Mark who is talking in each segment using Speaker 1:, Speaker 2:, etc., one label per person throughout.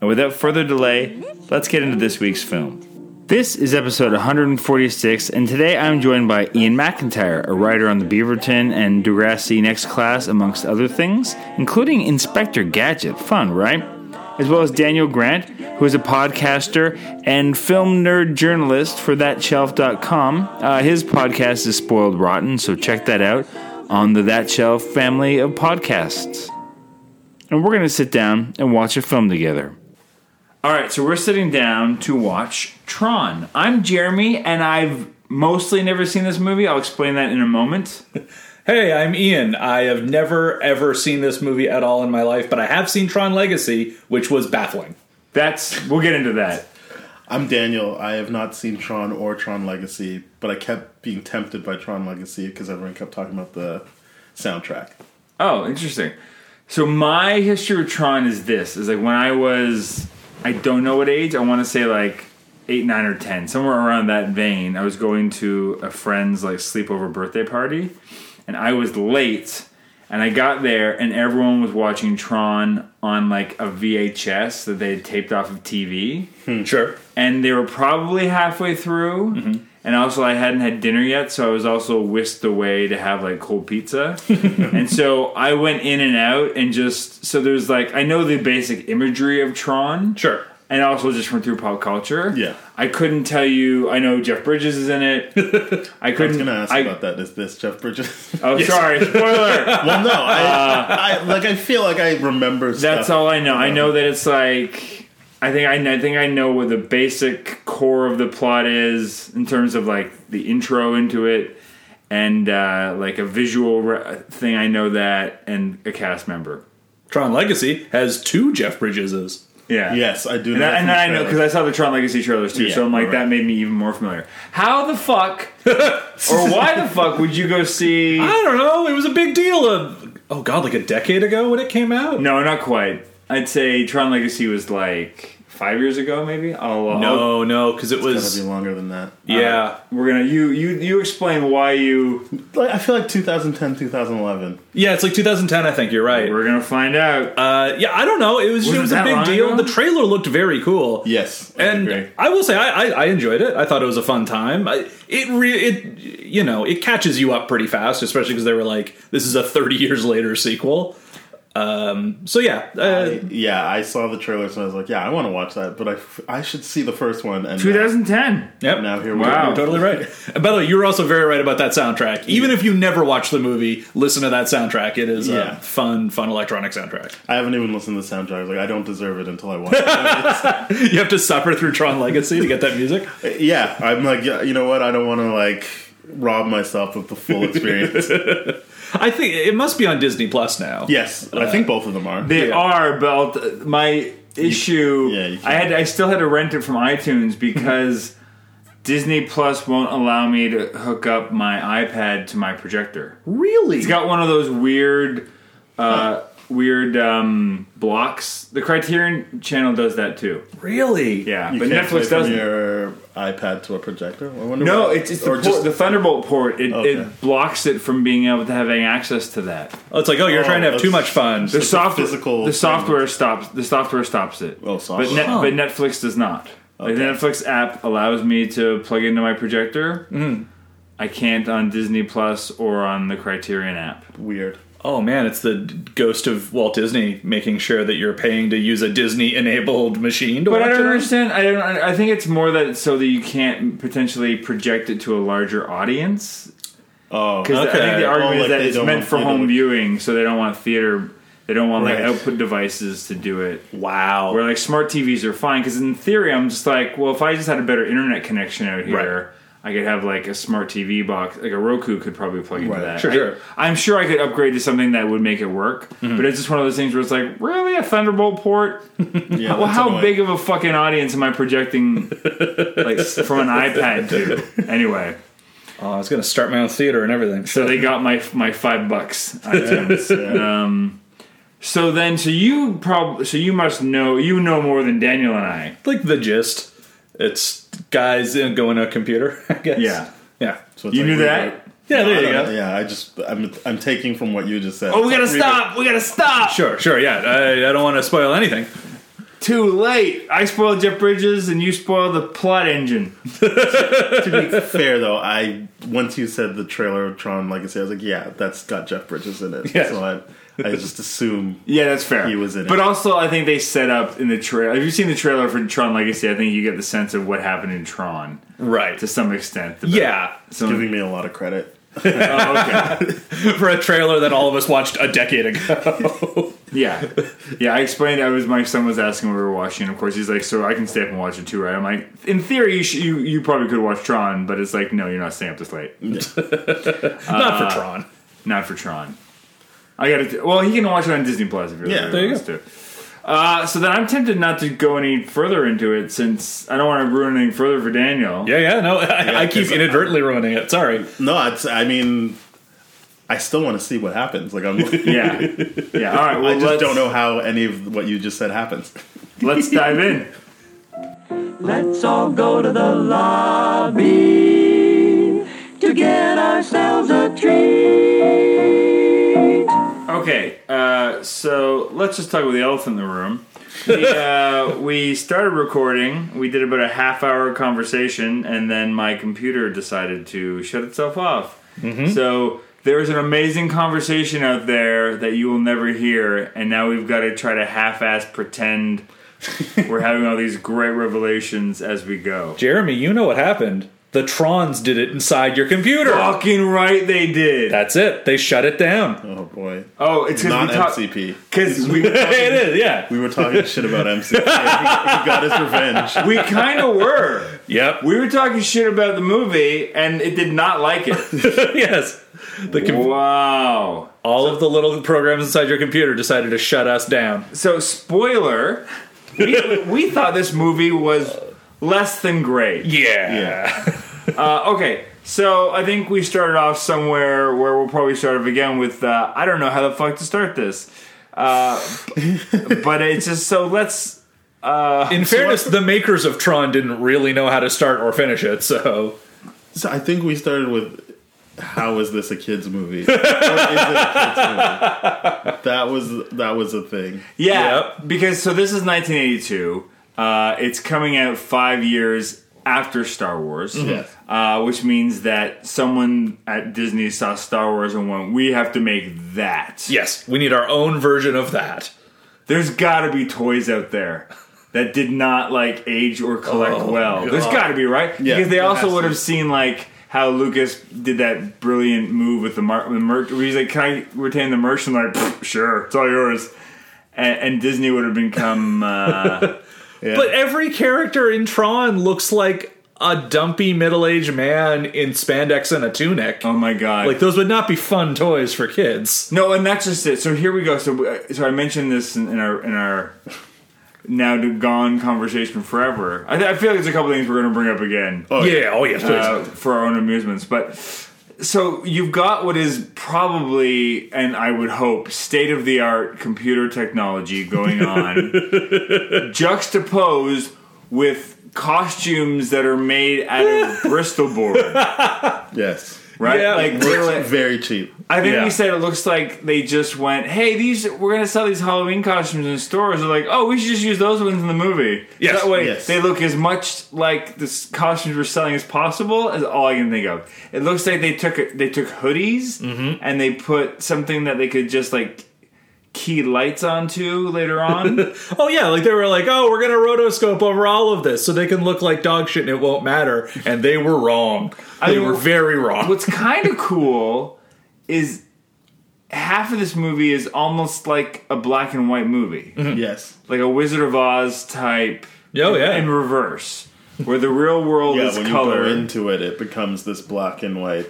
Speaker 1: And without further delay, let's get into this week's film. This is episode 146, and today I'm joined by Ian McIntyre, a writer on the Beaverton and Degrassi Next Class, amongst other things, including Inspector Gadget. Fun, right? As well as Daniel Grant, who is a podcaster and film nerd journalist for ThatShelf.com. Uh, his podcast is Spoiled Rotten, so check that out on the That Shelf family of podcasts. And we're going to sit down and watch a film together. All right, so we're sitting down to watch Tron. I'm Jeremy, and I've mostly never seen this movie. I'll explain that in a moment.
Speaker 2: Hey, I'm Ian. I have never ever seen this movie at all in my life, but I have seen Tron Legacy, which was baffling.
Speaker 1: That's we'll get into that.
Speaker 3: I'm Daniel. I have not seen Tron or Tron Legacy, but I kept being tempted by Tron Legacy because everyone kept talking about the soundtrack.
Speaker 1: Oh, interesting. So my history with Tron is this: is like when I was, I don't know what age. I want to say like eight, nine, or ten, somewhere around that vein. I was going to a friend's like sleepover birthday party, and I was late. And I got there, and everyone was watching Tron on like a VHS that they had taped off of TV
Speaker 2: Sure.
Speaker 1: and they were probably halfway through.
Speaker 3: Mm-hmm.
Speaker 1: And also, I hadn't had dinner yet, so I was also whisked away to have like cold pizza. and so I went in and out, and just so there's like I know the basic imagery of Tron,
Speaker 2: Sure.
Speaker 1: and also just from through pop culture.
Speaker 3: Yeah.
Speaker 1: I couldn't tell you. I know Jeff Bridges is in it. I
Speaker 3: I
Speaker 1: couldn't.
Speaker 3: was going to ask
Speaker 1: I-
Speaker 3: about that. Is this Jeff Bridges?
Speaker 1: Oh, sorry, spoiler.
Speaker 3: well, no. I, I like. I feel like I remember.
Speaker 1: uh, That's
Speaker 3: stuff.
Speaker 1: all I know. I know that it's like I think I, kn- I think I know what the basic core of the plot is in terms of like the intro into it and uh, like a visual re- thing. I know that and a cast member.
Speaker 2: Tron Legacy has two Jeff Bridgeses.
Speaker 1: Yeah.
Speaker 3: Yes, I do.
Speaker 1: And,
Speaker 3: know
Speaker 1: I- and
Speaker 3: from
Speaker 1: I know because
Speaker 3: trailer.
Speaker 1: I saw the Tron Legacy trailers too,
Speaker 3: Yeah,
Speaker 1: so I'm like
Speaker 3: right.
Speaker 1: that made me even more familiar. How the fuck or why the fuck would you go see?
Speaker 2: I don't know. It was a big deal. Of, oh God, like a decade ago when it came out.
Speaker 1: No, not quite. I'd say Tron Legacy was like five years ago, maybe. I'll, I'll
Speaker 2: no, no, because it
Speaker 3: Gotta
Speaker 2: was
Speaker 3: be longer than that.
Speaker 2: yeah,
Speaker 1: We're gonna you you you explain why you.
Speaker 3: Uh, Like, I feel like 2010, 2011.
Speaker 2: yeah. It's like 2010. I think you're right.
Speaker 1: We're gonna find out.
Speaker 2: Uh, yeah, I don't know. It was,
Speaker 1: Was
Speaker 2: it
Speaker 1: it
Speaker 2: was a
Speaker 1: that long
Speaker 2: big deal.
Speaker 1: ago?
Speaker 2: The trailer looked very cool.
Speaker 3: Yes, I
Speaker 2: and
Speaker 3: agree.
Speaker 2: I will say I, I, I enjoyed it. I thought it was a fun time. I, it re, it you know it catches you up pretty fast, especially because they were like this is a thirty years later sequel. Um, so yeah, uh,
Speaker 3: yeah, I saw the trailer, so I was like, yeah, I want to watch that, but I, f- I should see the first one. And
Speaker 1: 2010.
Speaker 2: yep.
Speaker 3: Now here we
Speaker 1: Wow.
Speaker 3: are.
Speaker 2: You're totally right. And by the way, you were also very right about that soundtrack. Even if you never watch the movie, listen to that soundtrack. It is
Speaker 3: Yeah.
Speaker 2: a fun, fun electronic soundtrack.
Speaker 3: I haven't even listened to the soundtrack. I was like, I don't deserve it until I watch it.
Speaker 2: You have to suffer through Tron Legacy to get that music.
Speaker 3: Yeah, I'm like, yeah, you know what? I don't want to like rob myself of the full experience.
Speaker 2: I think it must be on Disney Plus now.
Speaker 3: yes, I think both of them are.
Speaker 1: They
Speaker 2: Yeah.
Speaker 1: are, but I'll t- my issue.
Speaker 3: yeah, you can't-
Speaker 1: I had I still had to rent it from iTunes because Disney Plus won't allow me to hook up my iPad to my projector.
Speaker 2: Really?
Speaker 1: It's got one of those weird, uh, weird um, blocks. The Criterion Channel does that too.
Speaker 2: Really?
Speaker 1: Yeah,
Speaker 3: You
Speaker 1: but
Speaker 3: can't play
Speaker 1: Netflix
Speaker 3: from
Speaker 1: doesn't.
Speaker 3: your iPad to a projector. I wonder
Speaker 1: No,
Speaker 3: why.
Speaker 1: it's, it's the,
Speaker 3: or
Speaker 1: port, the Thunderbolt port. It,
Speaker 3: Okay.
Speaker 1: it blocks it from being able to having access to that.
Speaker 2: Oh, it's like, oh, you're
Speaker 3: Oh,
Speaker 2: trying to have too much
Speaker 3: that's-
Speaker 2: fun.
Speaker 1: The
Speaker 3: It's a
Speaker 1: software,
Speaker 3: physical
Speaker 1: the
Speaker 3: thing.
Speaker 1: software stops. The software stops it.
Speaker 3: Oh, software.
Speaker 1: But, Net,
Speaker 3: Huh.
Speaker 1: but Netflix does not. Like, the
Speaker 3: Okay.
Speaker 1: Netflix app allows me to plug into my Mm-hmm. projector. I can't on Disney Plus or on the Criterion app.
Speaker 3: weird.
Speaker 2: Oh man, it's the ghost of Walt Disney making sure that you're paying to use a Disney-enabled machine to
Speaker 1: But I
Speaker 2: watch
Speaker 1: don't
Speaker 2: it. on.
Speaker 1: understand. I don't. I think it's more that so that you can't potentially project it to a larger audience.
Speaker 3: Oh,
Speaker 1: Because I think
Speaker 2: Okay.
Speaker 1: the argument
Speaker 3: Oh,
Speaker 1: is
Speaker 3: like
Speaker 1: that
Speaker 3: they
Speaker 1: it's
Speaker 3: don't
Speaker 1: meant
Speaker 3: want-
Speaker 1: for
Speaker 3: they
Speaker 1: home
Speaker 3: don't-
Speaker 1: viewing, so they don't want theater. They don't want
Speaker 3: Right.
Speaker 1: like output devices to do it.
Speaker 2: Wow.
Speaker 1: Where like smart TVs are fine. Because in theory, I'm just like, well, if I just had a better internet connection out here. I could have like a smart TV box, like a Roku could probably plug into
Speaker 3: Right.
Speaker 1: that.
Speaker 2: Sure,
Speaker 1: I,
Speaker 2: sure.
Speaker 1: I'm sure I could upgrade to something that would make it work,
Speaker 3: Mm-hmm.
Speaker 1: but it's just one of those things where it's like, really a Thunderbolt port?
Speaker 3: yeah,
Speaker 1: Well,
Speaker 3: that's
Speaker 1: how
Speaker 3: annoying.
Speaker 1: big of a fucking audience am I projecting, like from an iPad to? Anyway,
Speaker 2: Oh, I was going to start my own theater and everything.
Speaker 1: so they got my my five bucks.
Speaker 3: Yeah.
Speaker 1: So then, so you probably, so you must know, you know more than Daniel and I.
Speaker 2: like the gist. It's guys in- going to a computer, I guess.
Speaker 1: Yeah.
Speaker 2: Yeah.
Speaker 3: So it's
Speaker 1: You
Speaker 3: like
Speaker 1: knew
Speaker 3: we
Speaker 1: that.
Speaker 2: Yeah, there
Speaker 3: were-
Speaker 2: you
Speaker 3: I
Speaker 2: go.
Speaker 3: don't know, Yeah, I just I'm I'm taking from what you just said.
Speaker 1: Oh, we gotta stop. We gotta stop.
Speaker 2: Sure, sure, yeah. I, I don't want to spoil anything.
Speaker 1: Too late. I spoiled Jeff Bridges, and you spoiled the plot engine.
Speaker 3: to be fair though, I once you said the trailer of Tron Legacy, I was like, yeah, that's got Jeff Bridges in it.
Speaker 2: Yeah.
Speaker 3: So I, I just assume.
Speaker 1: Yeah, that's fair.
Speaker 3: He was in it.
Speaker 1: But also, I think they set up in the trailer. Have you seen the trailer for Tron Legacy? I think you get the sense of what happened in Tron
Speaker 2: Right.
Speaker 1: to some extent.
Speaker 2: Yeah.
Speaker 1: Some-
Speaker 3: Giving me a lot of credit.
Speaker 1: oh, okay.
Speaker 2: For a trailer that all of us watched a decade ago.
Speaker 1: Yeah, yeah. I explained. I was my son was asking when we were watching. and Of course, he's like, "So I can stay up and watch it too, right?" I'm like, "In theory, you, sh- you you probably could watch Tron, but it's like, no, you're not staying up this late.
Speaker 2: Not for Tron.
Speaker 1: Not for Tron. I got to. Well, he can watch it on Disney Plus if he really,
Speaker 3: Yeah,
Speaker 1: really
Speaker 3: there
Speaker 2: you
Speaker 1: wants to. Uh, so then I'm tempted not to go any further into it since I don't want to ruin anything further for Daniel.
Speaker 2: Yeah, yeah, no. I, I keep
Speaker 3: 'cause-
Speaker 2: inadvertently ruining it. Sorry.
Speaker 3: No, it's. I mean, I still want to see what happens. Like I'm.
Speaker 1: Yeah, yeah. All right. Well,
Speaker 3: I just
Speaker 1: let's-
Speaker 3: don't know how any of what you just said happens.
Speaker 1: Let's dive in.
Speaker 4: Let's all go to the lobby to get ourselves a treat.
Speaker 1: Okay, uh, so let's just talk about the elephant in the room. We, uh, we started recording. We did about a half hour conversation, and then my computer decided to shut itself off.
Speaker 4: Mm-hmm.
Speaker 1: So there's an amazing conversation out there that you will never hear, and now we've got to try to half-ass pretend we're having all these great revelations as we go.
Speaker 2: Jeremy, you know what happened. The Trons did it inside your computer.
Speaker 1: Fucking right, they did.
Speaker 2: That's it. They shut it down.
Speaker 3: Oh boy,
Speaker 1: Oh, it's
Speaker 3: not
Speaker 1: because we
Speaker 3: MCP.
Speaker 1: Because we
Speaker 2: it is, yeah.
Speaker 3: We were talking shit about MCP. he, he got his revenge.
Speaker 1: we kind of were.
Speaker 2: Yep.
Speaker 1: We were talking shit about the movie, and it did not like it.
Speaker 2: yes. The com-
Speaker 1: wow.
Speaker 2: all of the little programs inside your computer decided to shut us down.
Speaker 1: So, spoiler, we, we thought this movie was less than great.
Speaker 2: Yeah.
Speaker 3: Yeah.
Speaker 1: Uh, okay, so I think we started off somewhere where we'll probably start off again with uh, I don't know how the fuck to start this. Uh, b- but it's just so let's.
Speaker 2: In fairness, the makers of Tron didn't really know how to start or finish it, so
Speaker 3: So I think we started with how is this a kids movie? Or is it a kids movie? That was that was a thing.
Speaker 1: Yeah,
Speaker 2: Yep.
Speaker 1: because so this is 1982. Uh, it's coming out five years after Star Wars.
Speaker 3: Yes.
Speaker 1: uh, which means that someone at Disney saw Star Wars and went, "We have to make that."
Speaker 2: yes, we need our own version of that.
Speaker 1: There's got to be toys out there that did not like age or collect
Speaker 2: Oh,
Speaker 1: well. There's
Speaker 2: God.
Speaker 1: got to be right
Speaker 3: Yeah,
Speaker 1: because they
Speaker 3: there
Speaker 1: also
Speaker 3: has
Speaker 1: would
Speaker 3: to
Speaker 1: have
Speaker 3: be.
Speaker 1: seen like how Lucas did that brilliant move with the mer- the mer- where he's like, "Can I retain the merch?" And like, "Pfft, "Sure, it's all yours." And, and Disney would have become uh,
Speaker 2: But every character in Tron looks like a dumpy middle-aged man in spandex and a tunic.
Speaker 1: oh my god
Speaker 2: Like those would not be fun toys for kids.
Speaker 1: No, and that's just it. So here we go. So uh, so I mentioned this in, in our in our now gone conversation forever. I, th- I feel like there's a couple things we're going to bring up again
Speaker 2: yeah, oh yes, please.
Speaker 1: uh, for our own amusements. But so you've got what is probably, and I would hope, state of the art computer technology going on, juxtaposed with costumes that are made out of Bristol board,
Speaker 3: Yes.
Speaker 1: right?
Speaker 2: Yeah.
Speaker 1: like literally,
Speaker 3: Very cheap.
Speaker 1: I think
Speaker 2: Yeah.
Speaker 1: we said it looks like they just went, "Hey, these we're gonna sell these Halloween costumes in stores." They're like, "Oh, we should just use those ones in the movie."
Speaker 2: Yes,
Speaker 1: that way
Speaker 3: yes.
Speaker 1: they look as much like the s- costumes we're selling as possible. Is all I can think of. It looks like they took it- they took hoodies
Speaker 2: Mm-hmm.
Speaker 1: and they put something that they could just like key lights onto later on.
Speaker 2: Oh yeah, like they were like, oh, we're gonna rotoscope over all of this so they can look like dog shit and it won't matter. And they were wrong.
Speaker 1: I
Speaker 2: they
Speaker 1: mean,
Speaker 2: were very wrong.
Speaker 1: What's kind of cool is half of this movie is almost like a black and white movie.
Speaker 2: Mm-hmm.
Speaker 3: Yes.
Speaker 1: like a Wizard of Oz type.
Speaker 2: Oh,
Speaker 1: in-
Speaker 2: yeah.
Speaker 1: in reverse, where the real world
Speaker 3: Yeah,
Speaker 1: is
Speaker 3: when
Speaker 1: color.
Speaker 3: you go into it, it becomes this black and white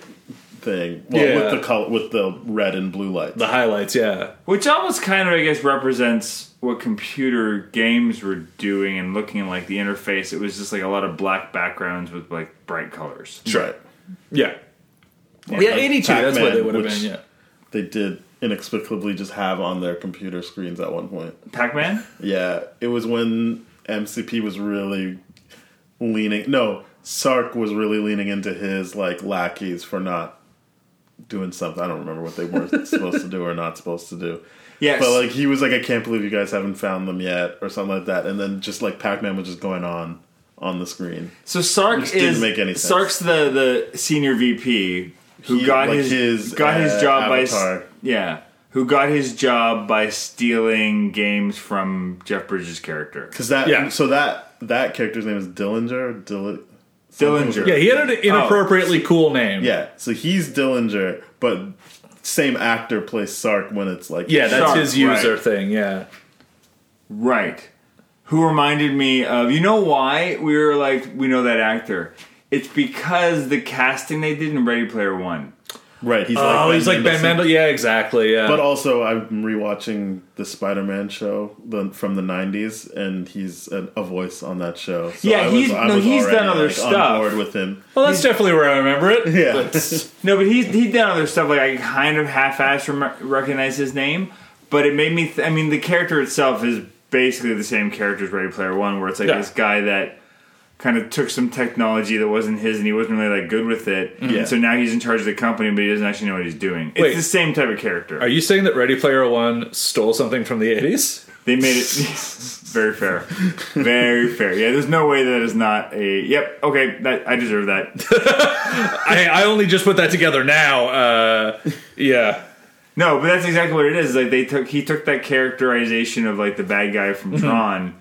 Speaker 3: thing. Well,
Speaker 2: Yeah.
Speaker 3: with the color, with the red and blue lights.
Speaker 2: the highlights, yeah.
Speaker 1: Which almost kind of, I guess, represents what computer games were doing and looking at like the interface. It was just like a lot of black backgrounds with like bright colors.
Speaker 3: right.
Speaker 2: Yeah. Yeah, 82, that's what
Speaker 3: Pac-Man,
Speaker 2: they would have
Speaker 3: which-
Speaker 2: been, yeah.
Speaker 3: They did inexplicably just have on their computer screens at one point.
Speaker 1: Pac Man?
Speaker 3: Yeah, it was when MCP was really leaning. No, Sark was really leaning into his like lackeys for not doing something. I don't remember what they were supposed to do or not supposed to do.
Speaker 1: Yes.
Speaker 3: But like he was like, I can't believe you guys haven't found them yet, or something like that. And then just like Pac Man was just going on on the screen.
Speaker 1: so Sark
Speaker 3: Which didn't
Speaker 1: is
Speaker 3: make any sense.
Speaker 1: Sark's the the senior VP who
Speaker 3: He-
Speaker 1: got
Speaker 3: like
Speaker 1: his,
Speaker 3: his,
Speaker 1: got his
Speaker 3: uh,
Speaker 1: job by
Speaker 3: avatar.
Speaker 1: s- yeah who got his job by stealing games from Jeff Bridges' character.
Speaker 3: Cause that
Speaker 2: Yeah.
Speaker 3: so that that character's name is Dillinger. Dill-
Speaker 1: Dillinger.
Speaker 2: Yeah, he had an inappropriately cool name.
Speaker 3: Yeah, so he's Dillinger, but same actor plays Sark when it's like
Speaker 2: Yeah, that's
Speaker 1: Sharp,
Speaker 2: his user
Speaker 1: right.
Speaker 2: thing, yeah.
Speaker 1: Right. Who reminded me of you know why we were like we know that actor. It's because the casting they did in Ready Player One.
Speaker 3: right. He's
Speaker 1: Uh,
Speaker 2: Oh, he's like Ben
Speaker 3: Mendelsohn.
Speaker 2: Mendel. Yeah, exactly. Yeah.
Speaker 3: But also, I'm rewatching the Spider-Man show the, from the '90s, and he's an, a voice on that show. So
Speaker 1: Yeah, he's- no, he's done
Speaker 3: already,
Speaker 1: other
Speaker 3: On
Speaker 1: stuff.
Speaker 3: board with him.
Speaker 2: well, that's definitely where I remember it.
Speaker 3: Yeah,
Speaker 1: No, but he's he done other stuff like I kind of half-ass rem- recognize his name, but it made me. Th- I mean, the character itself is basically the same character as Ready Player One, where it's like
Speaker 2: Yeah.
Speaker 1: this guy that kind of took some technology that wasn't his and he wasn't really that good with it.
Speaker 3: Yeah.
Speaker 1: And so now he's in charge of the company, but he doesn't actually know what he's doing.
Speaker 2: Mm-hmm. Wait.
Speaker 1: It's the same type of character.
Speaker 2: Are you saying that Ready Player One stole something from the 80s?
Speaker 1: They made it very fair, very fair. Yeah, there's no way that is not a. Yep, okay, that I deserve that.
Speaker 2: I, I only just put that together now. Uh, yeah.
Speaker 1: No, but that's exactly what it is. Like they took, he took that characterization of like the bad guy from Tron,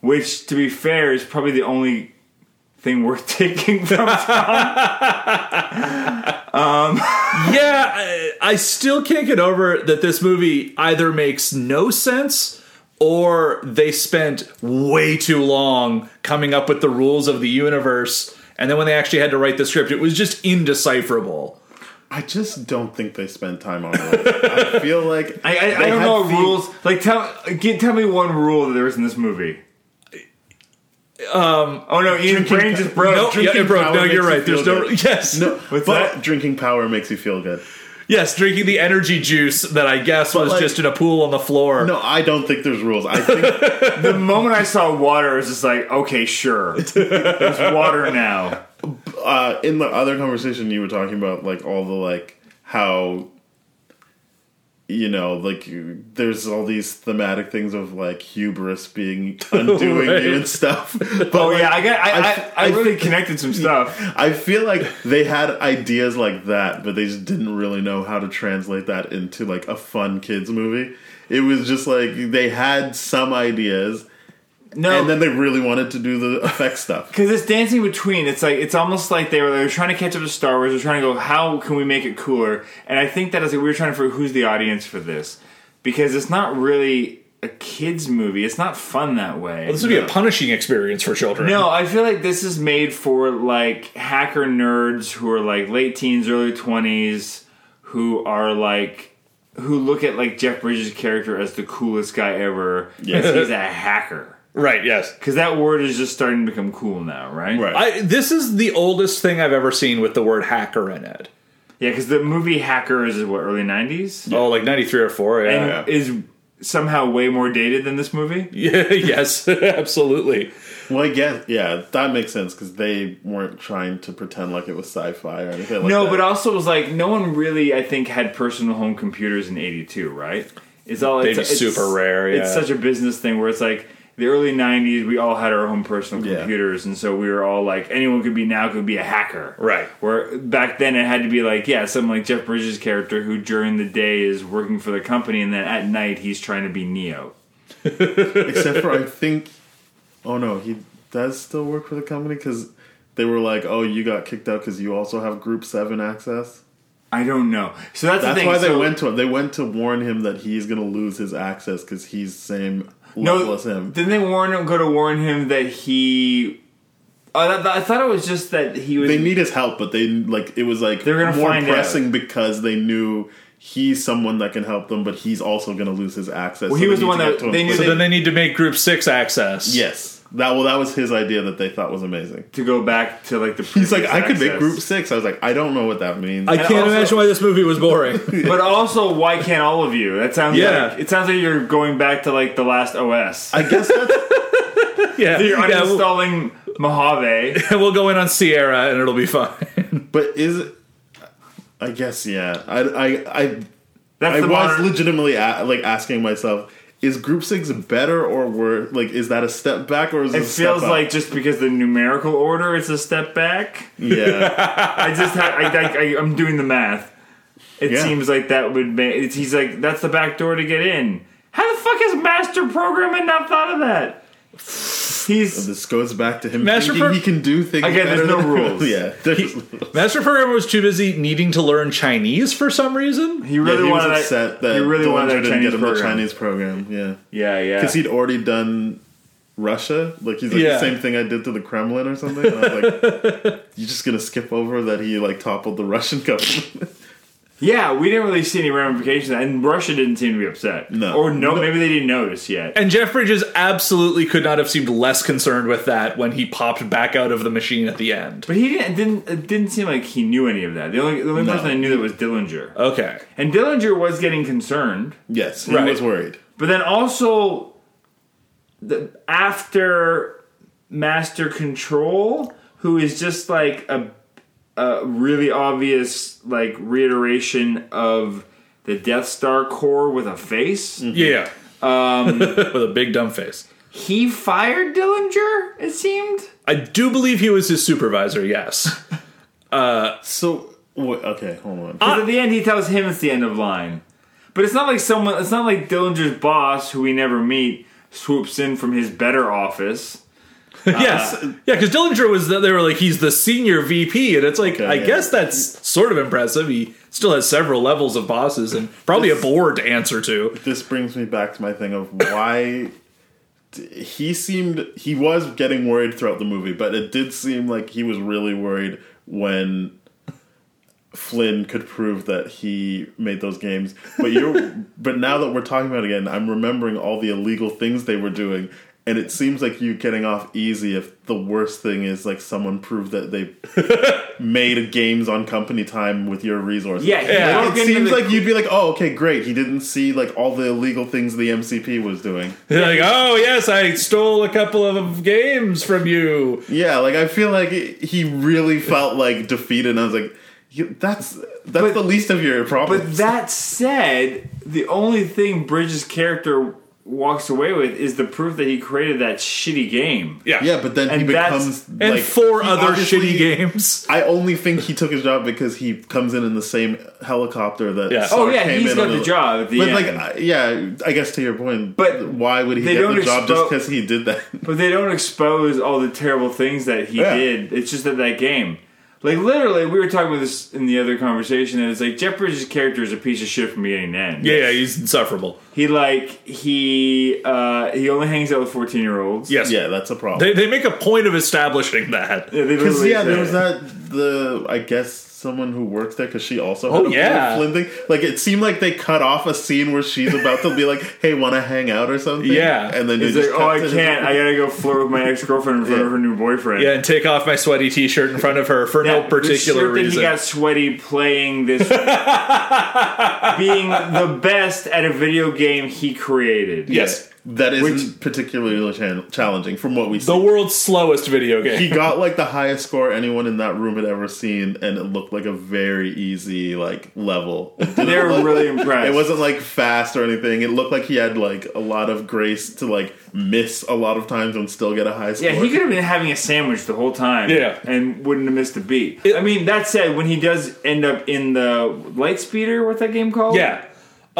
Speaker 1: which, to be fair, is probably the only thing worth taking from Tron.
Speaker 2: yeah, I, I still can't get over that this movie either makes no sense or they spent way too long coming up with the rules of the universe. And then when they actually had to write the script, it was just indecipherable.
Speaker 3: I just don't think they spend time on it. I feel like
Speaker 1: I, I, I
Speaker 3: They
Speaker 1: don't
Speaker 3: had
Speaker 1: know
Speaker 3: the-
Speaker 1: rules. Like tell, get, tell me one rule that there was in this movie. Um. Oh no, Ian brain just broke.
Speaker 2: No, yeah, it broke.
Speaker 3: power
Speaker 2: No, you're
Speaker 3: makes you
Speaker 2: right. There's
Speaker 3: feel
Speaker 2: no.
Speaker 3: good.
Speaker 2: Yes.
Speaker 3: no, but
Speaker 1: What's that?
Speaker 3: drinking power makes you feel good.
Speaker 2: Yes, drinking the energy juice that I guess was
Speaker 3: like-
Speaker 2: just in a pool on the floor.
Speaker 3: No, I don't think there's rules. I think
Speaker 1: The moment I saw water, I was just like, okay, sure. There's water now.
Speaker 3: uh, in the other conversation you were talking about, like all the like how you know, like you- there's all these thematic things of like hubris being undoing
Speaker 2: Right.
Speaker 3: you and stuff. But
Speaker 1: Oh
Speaker 3: like,
Speaker 1: yeah, I got. I, I,
Speaker 3: I-
Speaker 1: I, really connected some stuff.
Speaker 3: I feel like they had ideas like that, but they just didn't really know how to translate that into like a fun kids movie. It was just like they had some ideas,
Speaker 1: No,
Speaker 3: and then they really wanted to do the effect stuff.
Speaker 1: because it's dancing between. It's like it's almost like they were, they were trying to catch up to Star Wars. They're trying to go, how can we make it cooler? And I think that is like we were trying to figure who's the audience for this because it's not really a kids movie. It's not fun that way.
Speaker 2: This would be a punishing experience for children.
Speaker 1: No, I feel like this is made for like hacker nerds who are like late teens, early twenties, who are like who look at like Jeff Bridges' character as the coolest guy ever. Yes, he's a hacker.
Speaker 2: Right, yes.
Speaker 1: Because that word is just starting to become cool now, right?
Speaker 3: Right.
Speaker 2: I, this is the oldest thing I've ever seen with the word hacker in it.
Speaker 1: Yeah, because the movie Hacker is what early nineties,
Speaker 2: Oh, like 93 or 4, yeah.
Speaker 1: and is somehow way more dated than this movie.
Speaker 2: Yeah, yes, absolutely.
Speaker 3: Well, I guess yeah, that makes sense because they weren't trying to pretend like it was sci-fi or anything. like
Speaker 1: no,
Speaker 3: that.
Speaker 1: but also it was like no one really, I think, had personal home computers in '82, right? It's all
Speaker 2: They'd
Speaker 1: it's,
Speaker 2: be
Speaker 1: it's-
Speaker 2: super rare,
Speaker 1: It's
Speaker 2: yeah.
Speaker 1: such a business thing where it's like the early '90s. We all had our own personal
Speaker 3: Yeah.
Speaker 1: computers, and so we were all like, anyone could be now could be a hacker,
Speaker 2: Right.
Speaker 1: Where back then it had to be like, yeah, someone like Jeff Bridges' character who during the day is working for the company, and then at night he's trying to be Neo.
Speaker 3: except for I think, oh no, he does still work for the company because they were like, oh, you got kicked out because you also have Group Seven access.
Speaker 1: I don't know. So that's, the
Speaker 3: That's
Speaker 1: thing.
Speaker 3: why they
Speaker 1: So-
Speaker 3: went to him. They went to warn him that he's going to lose his access because he's same level
Speaker 1: No,
Speaker 3: as him.
Speaker 1: Didn't they warn him? Go to warn him that he. I, th- I thought it was just that he was.
Speaker 3: they need his help, but they like it was like
Speaker 1: They're gonna
Speaker 3: more
Speaker 1: find out.
Speaker 3: pressing because they knew he's someone that can help them, but he's also going to lose his access.
Speaker 1: Well, he
Speaker 3: so
Speaker 1: was
Speaker 3: they
Speaker 1: the one
Speaker 3: need to
Speaker 1: that-
Speaker 3: get to him
Speaker 1: they knew
Speaker 3: quick.
Speaker 2: So then they need to make Group Six access.
Speaker 3: yes, that well, that was his idea that they thought was amazing.
Speaker 1: to go back to like the.
Speaker 3: He's like,
Speaker 1: previous
Speaker 3: I could make
Speaker 1: access.
Speaker 3: Group Six. I was like, I don't know what that means.
Speaker 2: I
Speaker 1: And
Speaker 2: can't
Speaker 1: also-
Speaker 2: imagine why this movie was boring.
Speaker 1: but also, why can't all of you? That sounds
Speaker 2: Yeah.
Speaker 1: like it sounds like you're going back to like the last OS.
Speaker 3: I guess that's
Speaker 2: yeah,
Speaker 1: you're
Speaker 2: yeah we'll,
Speaker 1: uninstalling Mojave.
Speaker 2: we'll go in on Sierra and it'll be fine.
Speaker 3: But is it? I guess yeah. I I I,
Speaker 1: That's
Speaker 3: I
Speaker 1: the
Speaker 3: was
Speaker 1: modern,
Speaker 3: legitimately a, like asking myself, is Group Six better or worse? Like, is that a step back or is it?
Speaker 1: It
Speaker 3: a step
Speaker 1: feels
Speaker 3: up?
Speaker 1: like just because the numerical order, it's a step back.
Speaker 3: yeah.
Speaker 1: I just ha- I, I, I I'm doing the math. It
Speaker 3: Yeah.
Speaker 1: seems like that would make. It's, he's like that's the back door to get in. How the fuck has Master Programmer not thought of that? He's
Speaker 3: this goes back to him
Speaker 2: Master
Speaker 3: thinking
Speaker 2: Pro-
Speaker 3: he can do things.
Speaker 1: Again, there's
Speaker 3: better
Speaker 1: no
Speaker 3: than-
Speaker 1: rules.
Speaker 3: yeah, there's,
Speaker 2: Master Programmer was too busy needing to learn Chinese for some reason.
Speaker 1: he really
Speaker 3: yeah, he was
Speaker 1: wanted that.
Speaker 3: upset that
Speaker 1: he really
Speaker 3: Dillinger
Speaker 1: wanted that
Speaker 3: didn't
Speaker 1: Chinese
Speaker 3: get him
Speaker 1: program.
Speaker 3: the Chinese program. Yeah,
Speaker 1: Yeah, yeah.
Speaker 3: because he'd already done Russia. Like he's like
Speaker 2: Yeah.
Speaker 3: the same thing I did to the Kremlin or something. And I was like, you're just gonna skip over that he like toppled the Russian government.
Speaker 1: yeah, we didn't really see any ramifications, and Russia didn't seem to be upset.
Speaker 3: No.
Speaker 1: or no,
Speaker 3: No.
Speaker 1: maybe they didn't notice yet.
Speaker 2: And Jeff Bridges absolutely could not have seemed less concerned with that when he popped back out of the machine at the end.
Speaker 1: But he didn't. Didn't it didn't seem like he knew any of that. The only the only
Speaker 3: No.
Speaker 1: person I knew that was Dillinger,
Speaker 2: Okay.
Speaker 1: and Dillinger was getting concerned.
Speaker 3: yes, he
Speaker 2: Right.
Speaker 3: was worried.
Speaker 1: But then also, the, after Master Control, who is just like a, a really obvious like reiteration of the Death Star core with a face,
Speaker 2: Yeah. Um, with a big dumb face.
Speaker 1: he fired Dillinger. It seemed.
Speaker 2: I do believe he was his supervisor, yes.
Speaker 3: So wait, okay, hold on.
Speaker 1: 'Cause at the end, he tells him it's the end of line. But it's not like someone. It's not like Dillinger's boss, who we never meet, swoops in from his better office.
Speaker 2: yes. Yeah, because Dillinger was, the, they were like, he's the senior VP, and it's like,
Speaker 3: Okay,
Speaker 2: I
Speaker 3: yeah.
Speaker 2: guess that's sort of impressive. He still has several levels of bosses and probably a board to answer to.
Speaker 3: This brings me back to my thing of why d- he seemed he was getting worried throughout the movie, but it did seem like he was really worried when Flynn could prove that he made those games. But you're but now that we're talking about it again, I'm remembering all the illegal things they were doing. And it seems like you getting off easy if the worst thing is like someone proved that they made games on company time with your resources.
Speaker 1: Yeah, he
Speaker 2: Yeah.
Speaker 1: broke
Speaker 3: It
Speaker 1: into
Speaker 3: seems
Speaker 1: the-
Speaker 3: like you'd be like, oh, okay, great. He didn't see like all the illegal things the MCP was doing.
Speaker 2: They're like, oh, yes, I stole a couple of games from you.
Speaker 3: Yeah, like I feel like he really felt like defeated. And I was like, you- that's that's the least of your problems.
Speaker 1: But that said, the only thing Bridges' character walks away with is the proof that he created that shitty game.
Speaker 3: yeah, but then he
Speaker 1: And that's-
Speaker 3: becomes
Speaker 2: and
Speaker 3: like,
Speaker 2: four
Speaker 3: he
Speaker 2: other
Speaker 3: obviously-
Speaker 2: shitty games.
Speaker 3: I only think he took his job because he comes in in the same helicopter that
Speaker 2: Yeah.
Speaker 3: Sark
Speaker 1: oh yeah,
Speaker 3: came
Speaker 1: he's
Speaker 3: in
Speaker 1: got
Speaker 3: on
Speaker 1: the job at the
Speaker 3: But
Speaker 1: end.
Speaker 3: like, I- yeah, I guess to your point,
Speaker 1: But
Speaker 3: why would he
Speaker 1: they
Speaker 3: get
Speaker 1: don't
Speaker 3: the job just
Speaker 1: expo-
Speaker 3: because he did that?
Speaker 1: but they don't expose all the terrible things that he
Speaker 3: Yeah.
Speaker 1: did. It's just that that game. Like literally, we were talking about this in the other conversation, and it's like Jeff Bridges' character is a piece of shit from beginning to end.
Speaker 2: Yeah, yeah, he's insufferable.
Speaker 1: He like he uh he only hangs out with fourteen year olds.
Speaker 2: Yes.
Speaker 3: yeah, that's a problem.
Speaker 2: They, they make a point of establishing that.
Speaker 1: Yeah, they
Speaker 3: Because
Speaker 1: literally
Speaker 3: yeah, there
Speaker 1: say
Speaker 3: was
Speaker 1: it.
Speaker 3: that the I guess someone who works there because she also had
Speaker 2: Oh,
Speaker 3: a
Speaker 2: yeah.
Speaker 3: Flynn thing. Like it seemed like they cut off a scene where she's about to be like, "Hey, want to hang out or something?"
Speaker 2: Yeah.
Speaker 3: and then
Speaker 1: He's
Speaker 3: they
Speaker 1: like,
Speaker 3: just
Speaker 1: oh,
Speaker 3: cut
Speaker 1: I
Speaker 3: to his-
Speaker 1: can't. I gotta go flirt with my ex girlfriend in front of her new boyfriend.
Speaker 2: Yeah, and take off my sweaty T-shirt in front of her for
Speaker 1: Yeah,
Speaker 2: no
Speaker 1: the
Speaker 2: particular
Speaker 1: shirt that
Speaker 2: reason.
Speaker 1: He got sweaty playing this, being the best at a video game he created.
Speaker 2: yes,
Speaker 3: that isn't particularly chan- challenging from what we see.
Speaker 2: The world's slowest video game.
Speaker 3: he got like the highest score anyone in that room had ever seen, and it looked like a very easy like level. It didn't
Speaker 1: They were
Speaker 3: look-
Speaker 1: really impressed.
Speaker 3: It wasn't like fast or anything. It looked like he had like a lot of grace to like miss a lot of times and still get a high score.
Speaker 1: Yeah, he could have been having a sandwich the whole time.
Speaker 2: Yeah.
Speaker 1: And wouldn't have missed a beat. I mean, that said, when he does end up in the light speeder, what's that game called?
Speaker 2: Yeah.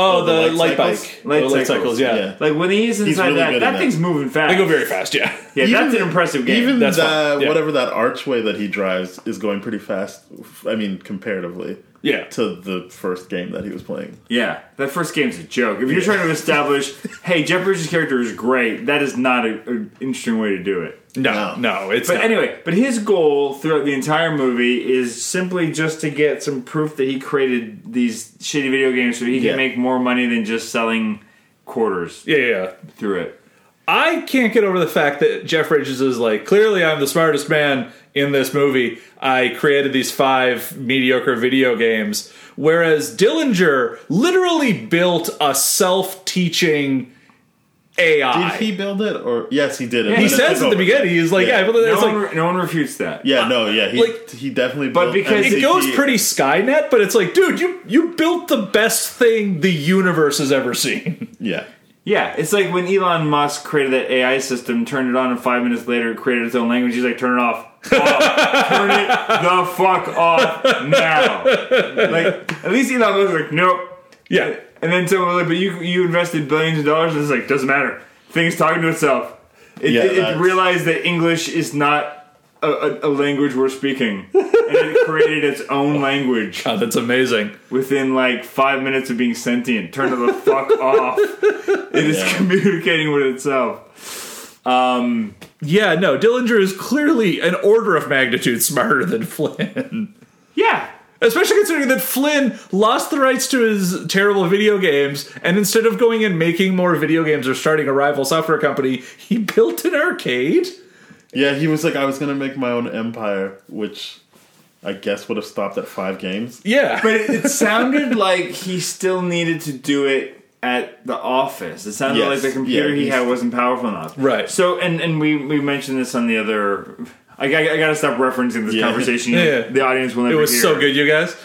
Speaker 2: Oh,
Speaker 3: the
Speaker 2: the, light,
Speaker 3: light cycles?
Speaker 2: bike.
Speaker 1: Light
Speaker 2: The
Speaker 1: cycles.
Speaker 2: light cycles, yeah.
Speaker 3: Yeah.
Speaker 1: Like when he's inside
Speaker 3: really good
Speaker 1: that,
Speaker 3: in
Speaker 1: that
Speaker 3: that.
Speaker 1: thing's moving fast.
Speaker 2: They go very fast, yeah.
Speaker 1: Yeah,
Speaker 3: Even
Speaker 1: that's an
Speaker 3: the-
Speaker 1: impressive game.
Speaker 3: Even
Speaker 2: That's
Speaker 3: the
Speaker 2: fine, yeah.
Speaker 3: whatever that archway that he drives is going pretty fast. I mean, comparatively
Speaker 2: Yeah.
Speaker 3: to the first game that he was playing.
Speaker 1: yeah, that first game's a joke. If you're trying to establish, hey, Jeff Bridges' character is great, that is not a- an interesting way to do it.
Speaker 2: No, no, it's
Speaker 1: But
Speaker 2: not.
Speaker 1: anyway, but his goal throughout the entire movie is simply just to get some proof that he created these shitty video games so he
Speaker 3: Yeah.
Speaker 1: can make more money than just selling quarters
Speaker 2: Yeah, yeah, yeah.
Speaker 1: through it.
Speaker 2: I can't get over the fact that Jeff Bridges is like, clearly I'm the smartest man in this movie. I created these five mediocre video games. Whereas Dillinger literally built a self teaching
Speaker 3: Did
Speaker 2: AI.
Speaker 3: he build it or yes, he did. it.
Speaker 2: he
Speaker 3: And it took
Speaker 2: says at
Speaker 3: over.
Speaker 2: the beginning, he's like,
Speaker 3: Yeah.
Speaker 2: yeah, but
Speaker 1: No,
Speaker 2: it's
Speaker 1: one,
Speaker 2: like,
Speaker 1: re- no one refutes that.
Speaker 3: Yeah, no, yeah, he
Speaker 2: Like-
Speaker 3: he definitely.
Speaker 1: But
Speaker 3: built-
Speaker 1: because-
Speaker 3: and
Speaker 1: It
Speaker 2: it
Speaker 3: he-
Speaker 2: goes
Speaker 3: he-
Speaker 2: pretty Skynet, but it's like, dude, you you built the best thing the universe has ever seen.
Speaker 3: Yeah,
Speaker 1: Yeah, it's like when Elon Musk created that AI system, turned it on, and five minutes later it created its own language. He's like, turn it off. Off. turn it the fuck off now. Like, at least Elon Musk was like, nope.
Speaker 2: Yeah,
Speaker 1: And then someone was like, but you, you invested billions of dollars, and it's like, doesn't matter. Thing's talking to itself. It,
Speaker 3: Yeah,
Speaker 1: it- it
Speaker 3: that's-
Speaker 1: realized that English is not a, a, a language we're speaking. and it created its own language
Speaker 2: Oh, that's amazing.
Speaker 1: within like five minutes of being sentient. Turn it the fuck off. It is
Speaker 3: Yeah.
Speaker 1: communicating with itself. Um,
Speaker 2: Yeah, no, Dillinger is clearly an order of magnitude smarter than Flynn.
Speaker 1: yeah.
Speaker 2: Especially considering that Flynn lost the rights to his terrible video games, and instead of going and making more video games or starting a rival software company, he built an arcade.
Speaker 3: yeah, he was like, I was gonna make my own empire, which I guess would have stopped at five games.
Speaker 2: Yeah.
Speaker 1: But it, it sounded like he still needed to do it at the office. It sounded
Speaker 3: Yes.
Speaker 1: like the computer
Speaker 3: Yeah,
Speaker 1: he
Speaker 3: he's-
Speaker 1: had wasn't powerful enough.
Speaker 2: Right.
Speaker 1: So, and, and we, we mentioned this on the other. I, I, I gotta stop referencing this
Speaker 3: Yeah.
Speaker 1: conversation.
Speaker 2: Yeah.
Speaker 1: The audience will
Speaker 2: it
Speaker 1: never
Speaker 2: was
Speaker 1: hear.
Speaker 2: so good, you guys.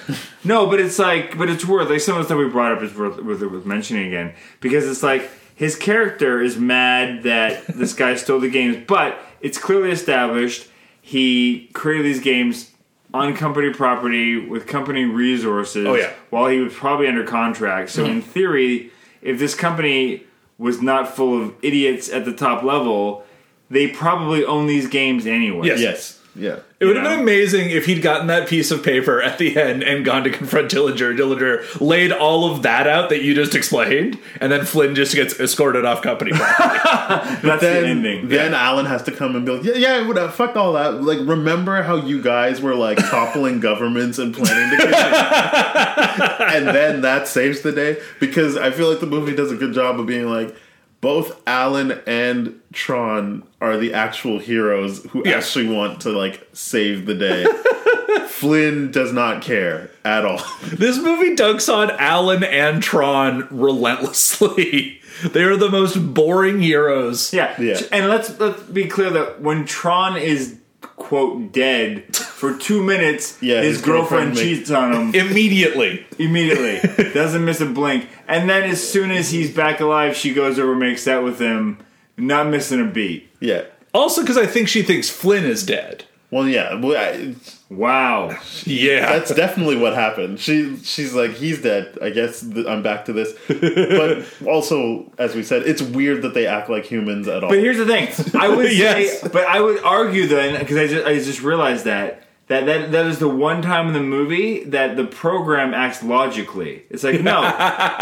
Speaker 1: No, but it's like, but it's worth like some of the stuff we brought up is worth, worth, worth mentioning again because it's like his character is mad that this guy stole the games, but it's clearly established he created these games on company property with company resources.
Speaker 2: Oh, yeah.
Speaker 1: while he was probably under contract. So in theory, if this company was not full of idiots at the top level, they probably own these games anyway.
Speaker 2: Yes.
Speaker 3: Yes, yeah,
Speaker 2: It would have
Speaker 1: Yeah.
Speaker 2: been amazing if he'd gotten that piece of paper at the end and gone to confront Dillinger. Dillinger laid all of that out that you just explained, and then Flynn just gets escorted off company. property.
Speaker 1: that's
Speaker 3: then,
Speaker 1: the ending.
Speaker 3: Then Alan has to come and be like, yeah, yeah, would have fucked all that. Like, remember how you guys were like toppling governments and planning to and then that saves the day because I feel like the movie does a good job of being like both Alan and Tron are the actual heroes who
Speaker 2: Yeah.
Speaker 3: actually want to like save the day. Flynn does not care at all.
Speaker 2: this movie dunks on Alan and Tron relentlessly. they are the most boring heroes.
Speaker 1: Yeah.
Speaker 3: Yeah.
Speaker 1: And let's let's be clear that when Tron is quote dead for two minutes,
Speaker 3: Yeah,
Speaker 1: his,
Speaker 3: his
Speaker 1: girlfriend,
Speaker 3: girlfriend make-
Speaker 1: cheats on him
Speaker 2: Immediately.
Speaker 1: immediately. Doesn't miss a blink. And then as soon as he's back alive, she goes over and makes out with him, not missing a beat.
Speaker 3: Yeah.
Speaker 2: Also, because I think she thinks Flynn is dead.
Speaker 3: Well, yeah, well, I-
Speaker 1: Wow.
Speaker 2: Yeah.
Speaker 3: that's definitely what happened. She she's like, he's dead. I guess th- I'm back to this. But also, as we said, it's weird that they act like humans at all.
Speaker 1: But here's the thing. I would
Speaker 2: Yes.
Speaker 1: say, but I would argue then because I just I just realized that. That, that, that is the one time in the movie that the program acts logically. It's like, no,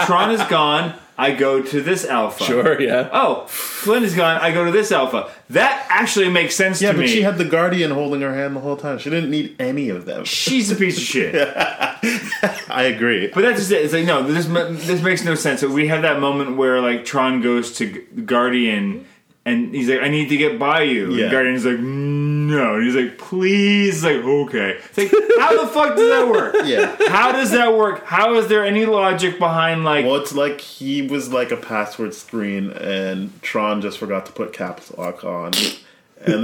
Speaker 1: Tron is gone. I go to this alpha.
Speaker 2: sure, yeah.
Speaker 1: oh, Flynn is gone. I go to this alpha. That actually makes sense
Speaker 3: yeah,
Speaker 1: to
Speaker 3: but
Speaker 1: me.
Speaker 3: she had the guardian holding her hand the whole time. She didn't need any of them.
Speaker 1: She's a piece of shit.
Speaker 3: I agree.
Speaker 1: But that's just it. It's like no, this ma- this makes no sense. So we have that moment where like Tron goes to G- Guardian, and he's like, "I need to get by you."
Speaker 3: Yeah.
Speaker 1: And Guardian's like, "No." no. And he's like, please, like, okay. It's like, how the fuck does that work?
Speaker 3: Yeah.
Speaker 1: How does that work? How is there any logic behind like
Speaker 3: Well, it's like he was like a password screen, and Tron just forgot to put caps lock on, and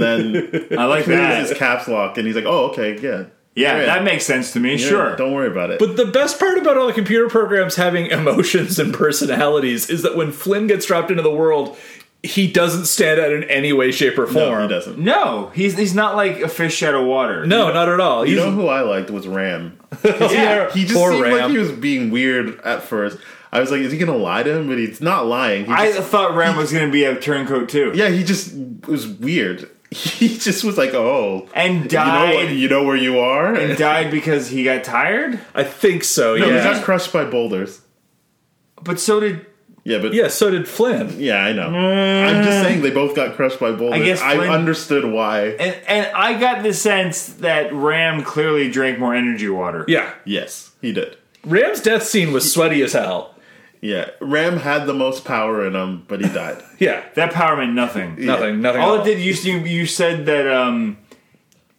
Speaker 3: then
Speaker 1: I like
Speaker 3: his
Speaker 1: that.
Speaker 3: caps lock, and he's like, "Oh, okay, yeah,
Speaker 1: Yeah,
Speaker 3: Yeah.
Speaker 1: that makes sense to me.
Speaker 3: Yeah,
Speaker 1: sure.
Speaker 3: don't worry about it."
Speaker 2: But the best part about all the computer programs having emotions and personalities is that when Flynn gets dropped into the world, he doesn't stand out in any way, shape, or form.
Speaker 3: no, he doesn't.
Speaker 1: no, he's he's not like a fish out of water.
Speaker 2: No, not at all.
Speaker 3: You
Speaker 2: He's-
Speaker 3: know who I liked was Ram.
Speaker 1: yeah.
Speaker 3: He just
Speaker 2: Poor
Speaker 3: seemed like
Speaker 2: Ram.
Speaker 3: he was being weird at first. I was like, "Is he gonna lie to him?" But he's not lying. He
Speaker 1: I
Speaker 3: just-
Speaker 1: thought Ram was gonna be a turncoat too.
Speaker 3: yeah, he just was weird. He just was like, "Oh,
Speaker 1: And
Speaker 3: you know,
Speaker 1: died
Speaker 3: what, you know where you are." And
Speaker 1: died because he got tired?
Speaker 2: I think so.
Speaker 3: no, he
Speaker 2: yeah.
Speaker 3: got crushed by boulders.
Speaker 1: But so did
Speaker 3: Yeah, but
Speaker 2: yeah. So did Flynn.
Speaker 3: Yeah, I know. I'm just saying they both got crushed by boulders. I,
Speaker 1: guess Flynn-
Speaker 3: understood why.
Speaker 1: and and I got the sense that Ram clearly drank more energy water.
Speaker 2: Yeah.
Speaker 3: Yes, he did.
Speaker 2: Ram's death scene was sweaty as hell.
Speaker 3: Yeah, Ram had the most power in him, but he died.
Speaker 2: Yeah.
Speaker 1: That power meant nothing.
Speaker 2: Nothing. Nothing.
Speaker 1: All
Speaker 2: at
Speaker 1: it did you you, you said that um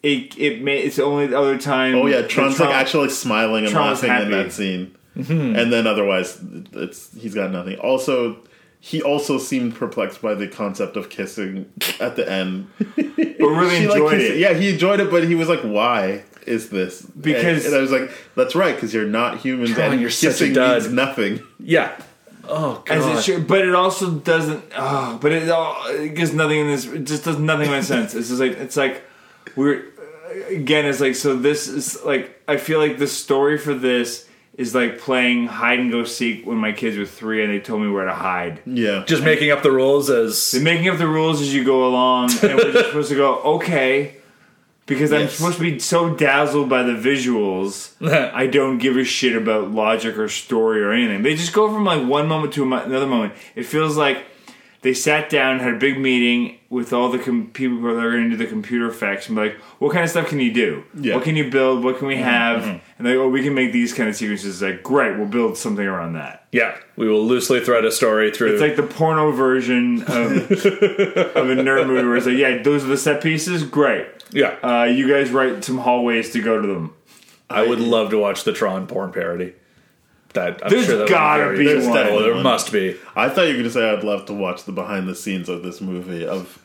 Speaker 1: it it made it's the only other time
Speaker 3: oh yeah,
Speaker 1: that
Speaker 3: Tron's
Speaker 1: Tron-
Speaker 3: like actually smiling and
Speaker 1: Tron was
Speaker 3: laughing in
Speaker 1: happy. Mm-hmm.
Speaker 3: that scene, and then otherwise it's he's got nothing. Also, he also seemed perplexed by the concept of kissing at the end.
Speaker 1: but really
Speaker 3: She, like,
Speaker 1: enjoyed
Speaker 3: kissed-
Speaker 1: it.
Speaker 3: Yeah, he enjoyed it, but he was like, "Why is this?"
Speaker 1: Because-
Speaker 3: and, and I was like, "That's right, because you're not humans,
Speaker 2: Tron,
Speaker 3: and
Speaker 2: you're such a
Speaker 3: kissing
Speaker 2: dud.
Speaker 3: means nothing."
Speaker 2: Yeah. Oh god.
Speaker 1: As it should, but it also doesn't. Oh, but it all it gives nothing in this. It just does nothing make sense. It's just like it's like we're again. It's like so. This is like I feel like the story for this is like playing hide and go seek when my kids were three and they told me where to hide.
Speaker 3: Yeah,
Speaker 2: Just making up the rules as
Speaker 1: They're making up the rules as you go along, and we're just supposed to go okay. Because I'm
Speaker 3: Yes.
Speaker 1: supposed to be so dazzled by the visuals, I don't give a shit about logic or story or anything. They just go from like one moment to amo- another moment. It feels like they sat down, had a big meeting with all the com- people who are going to do the computer effects, and be like, "What kind of stuff can you do?
Speaker 3: Yeah. Mm-hmm.
Speaker 1: What can you build? What can we have?" And they, "Oh, we can make these kind of sequences." Like, great, we'll build something around that.
Speaker 2: yeah. We will loosely thread a story through.
Speaker 1: It's like the porno version of, of a nerd movie where it's like, yeah, those are the set pieces. Great.
Speaker 2: yeah.
Speaker 1: Uh, you guys write some hallways to go to them.
Speaker 2: I would love to watch the Tron porn parody. That I'm
Speaker 1: There's
Speaker 2: sure that would
Speaker 1: gotta
Speaker 2: very
Speaker 1: be
Speaker 2: there's
Speaker 1: one.
Speaker 2: definitely- there must be.
Speaker 3: I thought you were going to say I'd love to watch the behind the scenes of this movie of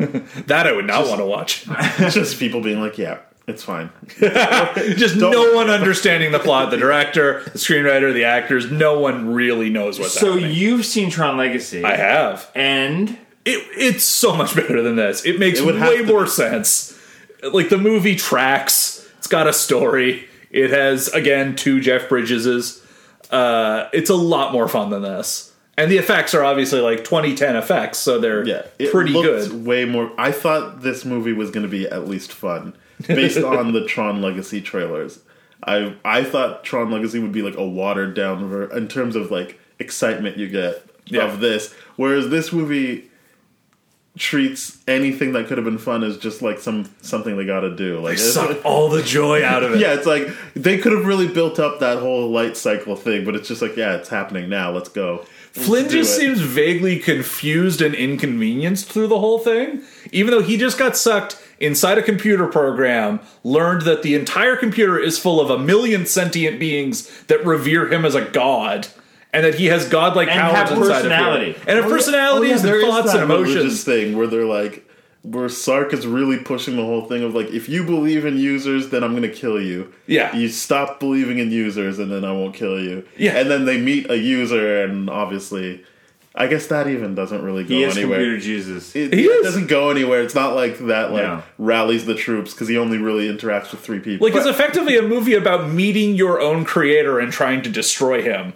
Speaker 2: That I would not want to watch.
Speaker 3: just people being like, "Yeah, it's fine."
Speaker 2: Just no one understanding the plot. The director, the screenwriter, the actors. No one really knows what's
Speaker 1: So
Speaker 2: happening.
Speaker 1: you've seen Tron Legacy.
Speaker 2: I have.
Speaker 1: And
Speaker 2: It, it's so much better than this. It makes
Speaker 3: It would have
Speaker 2: way
Speaker 3: to
Speaker 2: more sense. Like the movie tracks. It's got a story. It has again two Jeff Bridgeses. Uh, it's a lot more fun than this. And the effects are obviously like 2010 effects, so they're
Speaker 3: Yeah, it
Speaker 2: pretty
Speaker 3: looked
Speaker 2: good.
Speaker 3: Way more. I thought this movie was going to be at least fun based on the Tron Legacy trailers. I I thought Tron Legacy would be like a watered down ver- in terms of like excitement you get
Speaker 2: Yeah.
Speaker 3: of this, whereas this movie treats anything that could have been fun as just like some something they got to do. Like it's-
Speaker 2: suck all the joy out of it.
Speaker 3: yeah, it's like they could have really built up that whole light cycle thing, but it's just like, yeah, it's happening now. Let's go.
Speaker 2: Flynn
Speaker 3: do
Speaker 2: just
Speaker 3: it.
Speaker 2: seems vaguely confused and inconvenienced through the whole thing, even though he just got sucked inside a computer program, learned that the entire computer is full of a million sentient beings that revere him as a god. And that he has godlike
Speaker 1: And
Speaker 2: powers
Speaker 1: have
Speaker 2: inside
Speaker 1: personality.
Speaker 2: of
Speaker 3: Oh,
Speaker 2: him, and a personalities
Speaker 3: there is
Speaker 2: and thoughts
Speaker 3: that
Speaker 2: and emotions.
Speaker 3: religious thing where they're like, where Sark is really pushing the whole thing of like, if you believe in users, then I'm going to kill you.
Speaker 2: Yeah.
Speaker 3: you stop believing in users, and then I won't kill you.
Speaker 2: Yeah.
Speaker 3: and then they meet a user, and obviously, I guess that even doesn't really go
Speaker 1: he is
Speaker 3: anywhere.
Speaker 1: E Computer Jesus.
Speaker 3: It,
Speaker 2: He
Speaker 3: it
Speaker 2: is.
Speaker 3: doesn't go anywhere. It's not like that. Like
Speaker 1: No.
Speaker 3: rallies the troops because he only really interacts with three people.
Speaker 2: Like it's effectively a movie about meeting your own creator and trying to destroy him.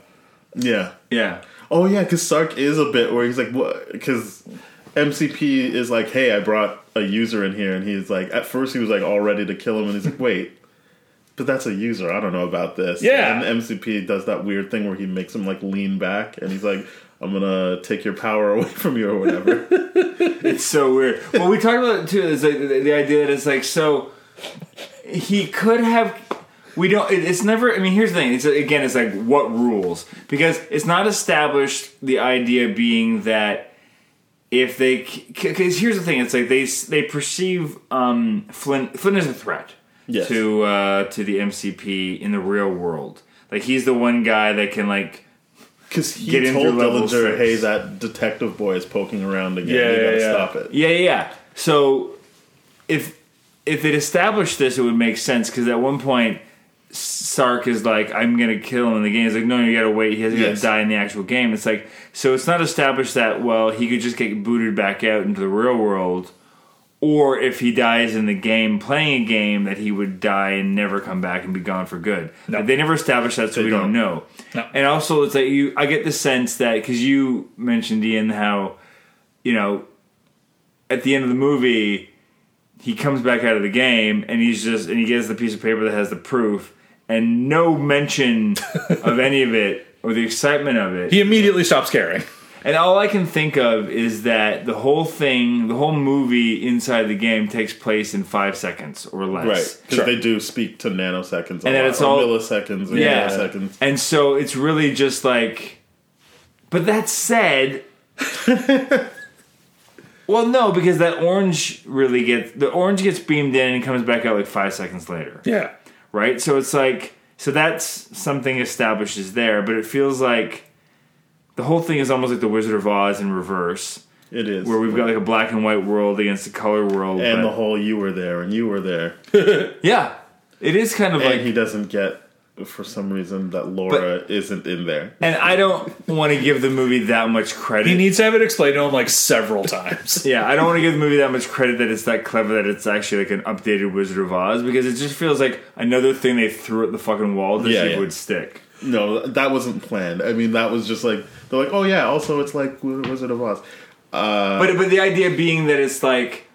Speaker 3: yeah,
Speaker 1: yeah.
Speaker 3: Oh yeah, because Sark is a bit where he's like, what? Because MCP is like, hey, I brought a user in here, and he's like, at first he was like all ready to kill him, and he's like, wait, but that's a user. I don't know about this.
Speaker 2: Yeah.
Speaker 3: and MCP does that weird thing where he makes him like lean back, and he's like. I'm gonna take your power away from you or whatever.
Speaker 1: It's so weird. Well, we talked about it too. Is like the, the idea that it's like so he could have. We don't. it- It's never. I mean, here's the thing. It's again. It's like what rules because it's not established. The idea being that if they because here's the thing it's like they s- they perceive um flynn flynn is a threat
Speaker 3: Yes.
Speaker 1: to uh to the mcp in the real world like he's the one guy that can like
Speaker 3: Because he
Speaker 1: Get in
Speaker 3: told
Speaker 1: through level six.
Speaker 3: Dillinger, "Hey, that detective boy is poking around again.
Speaker 2: Yeah,
Speaker 3: you gotta
Speaker 2: yeah, yeah.
Speaker 3: stop it."
Speaker 1: yeah yeah, yeah. so if if it established this it would make sense because at one point sark is like i'm gonna kill him in the game he's like no you gotta wait he has
Speaker 3: Yes.
Speaker 1: to die in the actual game it's like so it's not established that well he could just get booted back out into the real world or if he dies in the game playing a game that he would die and never come back and be gone for good But they never established that so we don't,
Speaker 3: don't.
Speaker 1: know
Speaker 2: No.
Speaker 1: and also it's like you i get the sense that because you mentioned ian how you know at the end of the movie he comes back out of the game and he's just and he gets the piece of paper that has the proof and no mention of any of it or the excitement of it
Speaker 2: He immediately stops caring.
Speaker 1: and all I can think of is that the whole thing, the whole movie inside the game takes place in five seconds or less.
Speaker 3: Right, because
Speaker 2: Sure.
Speaker 3: they do speak to nanoseconds,
Speaker 1: And
Speaker 3: a
Speaker 1: then
Speaker 3: lot,
Speaker 1: it's
Speaker 3: or
Speaker 1: all-
Speaker 3: milliseconds, and
Speaker 1: Yeah.
Speaker 3: nanoseconds.
Speaker 1: And so it's really just like. But that said. well, no, because that orange really gets. The orange gets beamed in and comes back out like five seconds later.
Speaker 2: Yeah.
Speaker 1: Right? So it's like. So that's something established is there, but it feels like. The whole thing is almost like The Wizard of Oz in reverse.
Speaker 3: It is
Speaker 1: where we've got like a black and white world against a color world.
Speaker 3: and
Speaker 1: but-
Speaker 3: the whole you were there and you were there,
Speaker 1: yeah, it is kind of
Speaker 3: and
Speaker 1: like,
Speaker 3: he doesn't get for some reason that Laura isn't in there.
Speaker 1: and I don't want to give the movie that much credit.
Speaker 2: He needs to have it explained to him like several times.
Speaker 1: yeah, I don't want to give the movie that much credit that it's that clever that it's actually like an updated Wizard of Oz because it just feels like another thing they threw at the fucking wall to
Speaker 3: Yeah,
Speaker 1: see if
Speaker 3: yeah.
Speaker 1: it would stick.
Speaker 3: No, that wasn't planned. I mean, that was just like they're like, oh yeah. Also, it's like Wizard of Oz. Uh,
Speaker 1: But but the idea being that it's like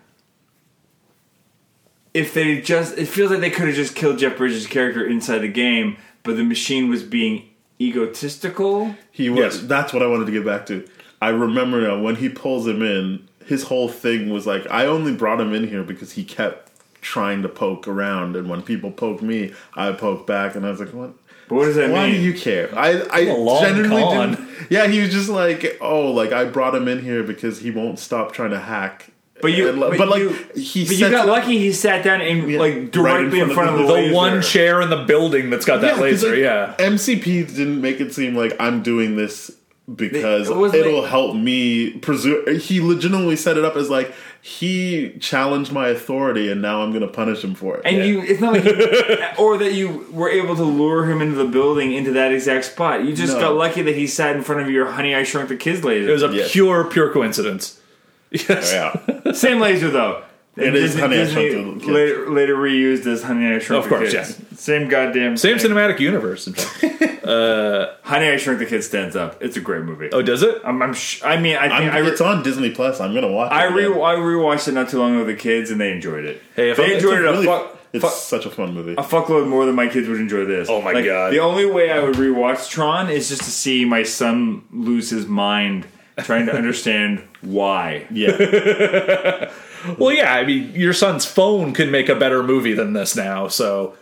Speaker 1: if they just it feels like they could have just killed Jeff Bridges' character inside the game, but the machine was being egotistical.
Speaker 3: He was.
Speaker 2: Yes.
Speaker 3: That's what I wanted to get back to. I remember now when he pulls him in, his whole thing was like, I only brought him in here because he kept trying to poke around, and when people poke me, I poke back, and I was like, what?
Speaker 1: But what does that
Speaker 3: Why
Speaker 1: mean?
Speaker 3: do you care? I, I
Speaker 2: a long
Speaker 3: genuinely
Speaker 2: con.
Speaker 3: didn't. Yeah, he was just like, oh, like I brought him in here because he won't stop trying to hack.
Speaker 1: But you,
Speaker 3: And,
Speaker 1: but,
Speaker 3: like- but, like,
Speaker 1: you,
Speaker 3: he
Speaker 1: but you
Speaker 3: sets
Speaker 1: got
Speaker 3: up-
Speaker 1: lucky. He sat down and
Speaker 3: Yeah,
Speaker 1: like
Speaker 3: right in
Speaker 1: directly in front
Speaker 3: front
Speaker 1: of
Speaker 3: of
Speaker 1: the,
Speaker 3: the-
Speaker 2: The
Speaker 1: laser.
Speaker 2: one chair in the building that's got that
Speaker 3: 'cause,
Speaker 2: laser,
Speaker 3: like,
Speaker 2: yeah.
Speaker 3: MCP didn't make it seem like I'm doing this because
Speaker 1: It
Speaker 3: it
Speaker 1: was
Speaker 3: will
Speaker 1: like-
Speaker 3: help me preserve. He legitimately set it up as like he challenged my authority and now I'm going to punish him for it.
Speaker 1: and you. It's not like, you, or that you were able to lure him into the building into that exact spot. You just
Speaker 3: No.
Speaker 1: got lucky that he sat in front of your "Honey, I Shrunk the Kids" laser.
Speaker 2: It was a
Speaker 3: Yes.
Speaker 2: pure, pure coincidence. Oh, Yes.
Speaker 3: yeah.
Speaker 1: same laser though. It
Speaker 3: is Honey, I Shrunk the Kids.
Speaker 1: later, later reused as "Honey, I Shrunk
Speaker 2: Of
Speaker 1: the
Speaker 2: course,
Speaker 1: Kids." Yeah. Same goddamn.
Speaker 2: Same
Speaker 1: thing.
Speaker 2: cinematic universe. In fact.
Speaker 1: "Honey, I Shrunk the Kids" stands up. It's a great movie.
Speaker 2: Oh, does it?
Speaker 1: I'm, I'm sh- I mean, I
Speaker 3: I'm,
Speaker 1: think I re-
Speaker 3: it's on Disney Plus. I'm going to watch
Speaker 1: I,
Speaker 3: it.
Speaker 1: re-
Speaker 3: again.
Speaker 1: I rewatched it not too long ago with the kids, and they enjoyed it.
Speaker 2: Hey, if
Speaker 1: they
Speaker 2: I'm- it's
Speaker 1: enjoyed it a
Speaker 3: Really,
Speaker 1: fuck,
Speaker 3: it's
Speaker 1: fuck-
Speaker 3: such a fun movie.
Speaker 1: a fuckload more than my kids would enjoy this.
Speaker 2: Oh my
Speaker 1: Like,
Speaker 2: God.
Speaker 1: The only way I would rewatch Tron is just to see my son lose his mind trying to understand why.
Speaker 3: yeah.
Speaker 2: Well, yeah. I mean, your son's phone could make a better movie than this now. So,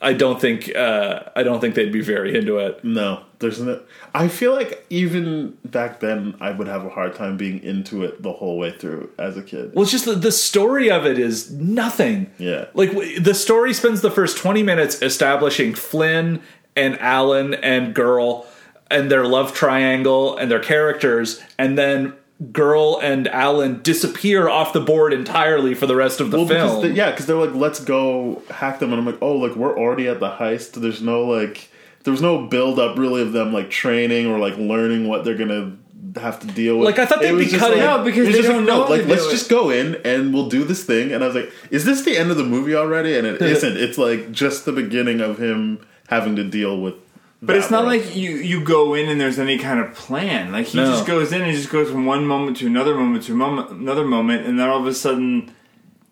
Speaker 2: I don't think uh, I don't think they'd be very into it.
Speaker 3: No, there's no. I feel like even back then, I would have a hard time being into it the whole way through as a kid.
Speaker 2: Well, it's just the, the story of it is nothing.
Speaker 3: Yeah.
Speaker 2: Like, w- the story spends the first 20 minutes establishing Flynn and Alan and Girl and their love triangle and their characters, and then Girl and Alan disappear off the board entirely for the rest of the
Speaker 3: Because
Speaker 2: film.
Speaker 3: they, yeah, because they're like, let's go hack them, and I'm like, oh, like we're already at the heist. There's no like, there was no build up really of them like training or like learning what they're gonna have to deal with.
Speaker 2: Like, I thought
Speaker 3: It
Speaker 2: they'd be
Speaker 3: was just
Speaker 2: cutting-
Speaker 3: like-
Speaker 2: No,
Speaker 1: because
Speaker 3: it was
Speaker 1: they
Speaker 3: just
Speaker 1: don't
Speaker 3: like,
Speaker 1: know
Speaker 3: no,
Speaker 1: how to
Speaker 3: like let's
Speaker 1: do it.
Speaker 3: just go in and we'll do this thing. And I was like, is this the end of the movie already? And it isn't. It's like just the beginning of him having to deal with.
Speaker 1: But it's not like you, you go in and there's any kind of plan. Like he
Speaker 2: No.
Speaker 1: just goes in and just goes from one moment to another moment to moment, another moment, and then all of a sudden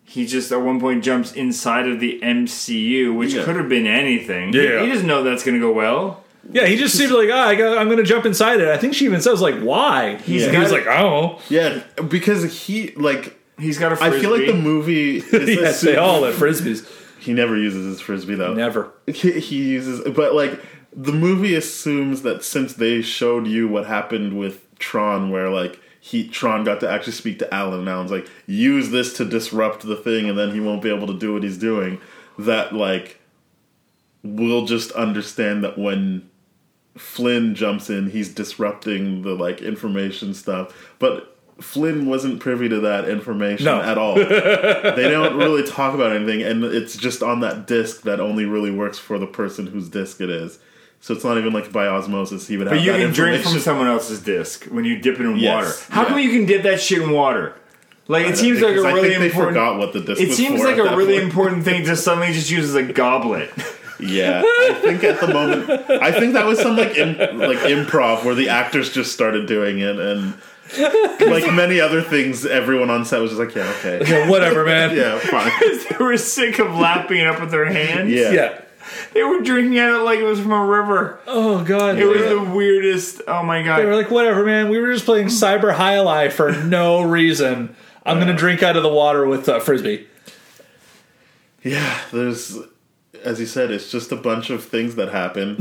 Speaker 1: he just at one point jumps inside of the MCU, which
Speaker 3: Yeah.
Speaker 1: could have been anything. He-
Speaker 2: Yeah.
Speaker 1: he doesn't know that's going to go well.
Speaker 2: yeah, he just seemed like, ah, I got, I'm going to jump inside it. I think she even says, like, why?
Speaker 1: Yeah.
Speaker 2: He's, He was like, oh.
Speaker 3: yeah, because he like.
Speaker 1: He's got a
Speaker 3: I
Speaker 1: frisbee.
Speaker 3: feel like the movie. Is
Speaker 2: Yes, they
Speaker 3: assumed-
Speaker 2: all at Frisbees.
Speaker 3: He never uses his frisbee though.
Speaker 2: Never.
Speaker 3: he he uses but like the movie assumes that since they showed you what happened with Tron where like he Tron got to actually speak to Alan. And Alan's like, use this to disrupt the thing, and then he won't be able to do what he's doing. That like, we'll just understand that when Flynn jumps in, he's disrupting the like information stuff, but. Flynn wasn't privy to that information
Speaker 5: No.
Speaker 3: at all. they don't really talk about anything, and it's just on that disc that only really works for the person whose disc it is. So it's not even like by osmosis he would have.
Speaker 1: But you
Speaker 3: that
Speaker 1: can drink
Speaker 3: information.
Speaker 1: from someone else's disc when you dip it in
Speaker 3: Yes,
Speaker 1: water. How come
Speaker 3: yeah. Uh,
Speaker 1: you can dip that shit in water? Like it seems like a
Speaker 3: Because I
Speaker 1: really
Speaker 3: think they
Speaker 1: important.
Speaker 3: forgot what the disc
Speaker 1: it
Speaker 3: was
Speaker 1: seems
Speaker 3: for
Speaker 1: like
Speaker 3: at
Speaker 1: a
Speaker 3: that
Speaker 1: really
Speaker 3: point.
Speaker 1: important thing to suddenly just use as a goblet.
Speaker 3: Yeah, I think at the moment, I think that was some like imp, like improv where the actors just started doing it, and like many other things, everyone on set was just like, yeah, okay,
Speaker 5: Yeah, whatever, man.
Speaker 3: yeah, fine,
Speaker 1: they were sick of lapping it up with their hands.
Speaker 3: yeah.
Speaker 5: yeah.
Speaker 1: They were drinking at it like it was from a river.
Speaker 2: Oh god.
Speaker 1: It was the weirdest. Oh my god.
Speaker 2: They were like, whatever, man. We were just playing Cyber High Life for no reason. I'm gonna drink out of the water with uh, frisbee.
Speaker 3: Yeah, There's, as you said, it's just a bunch of things that happen,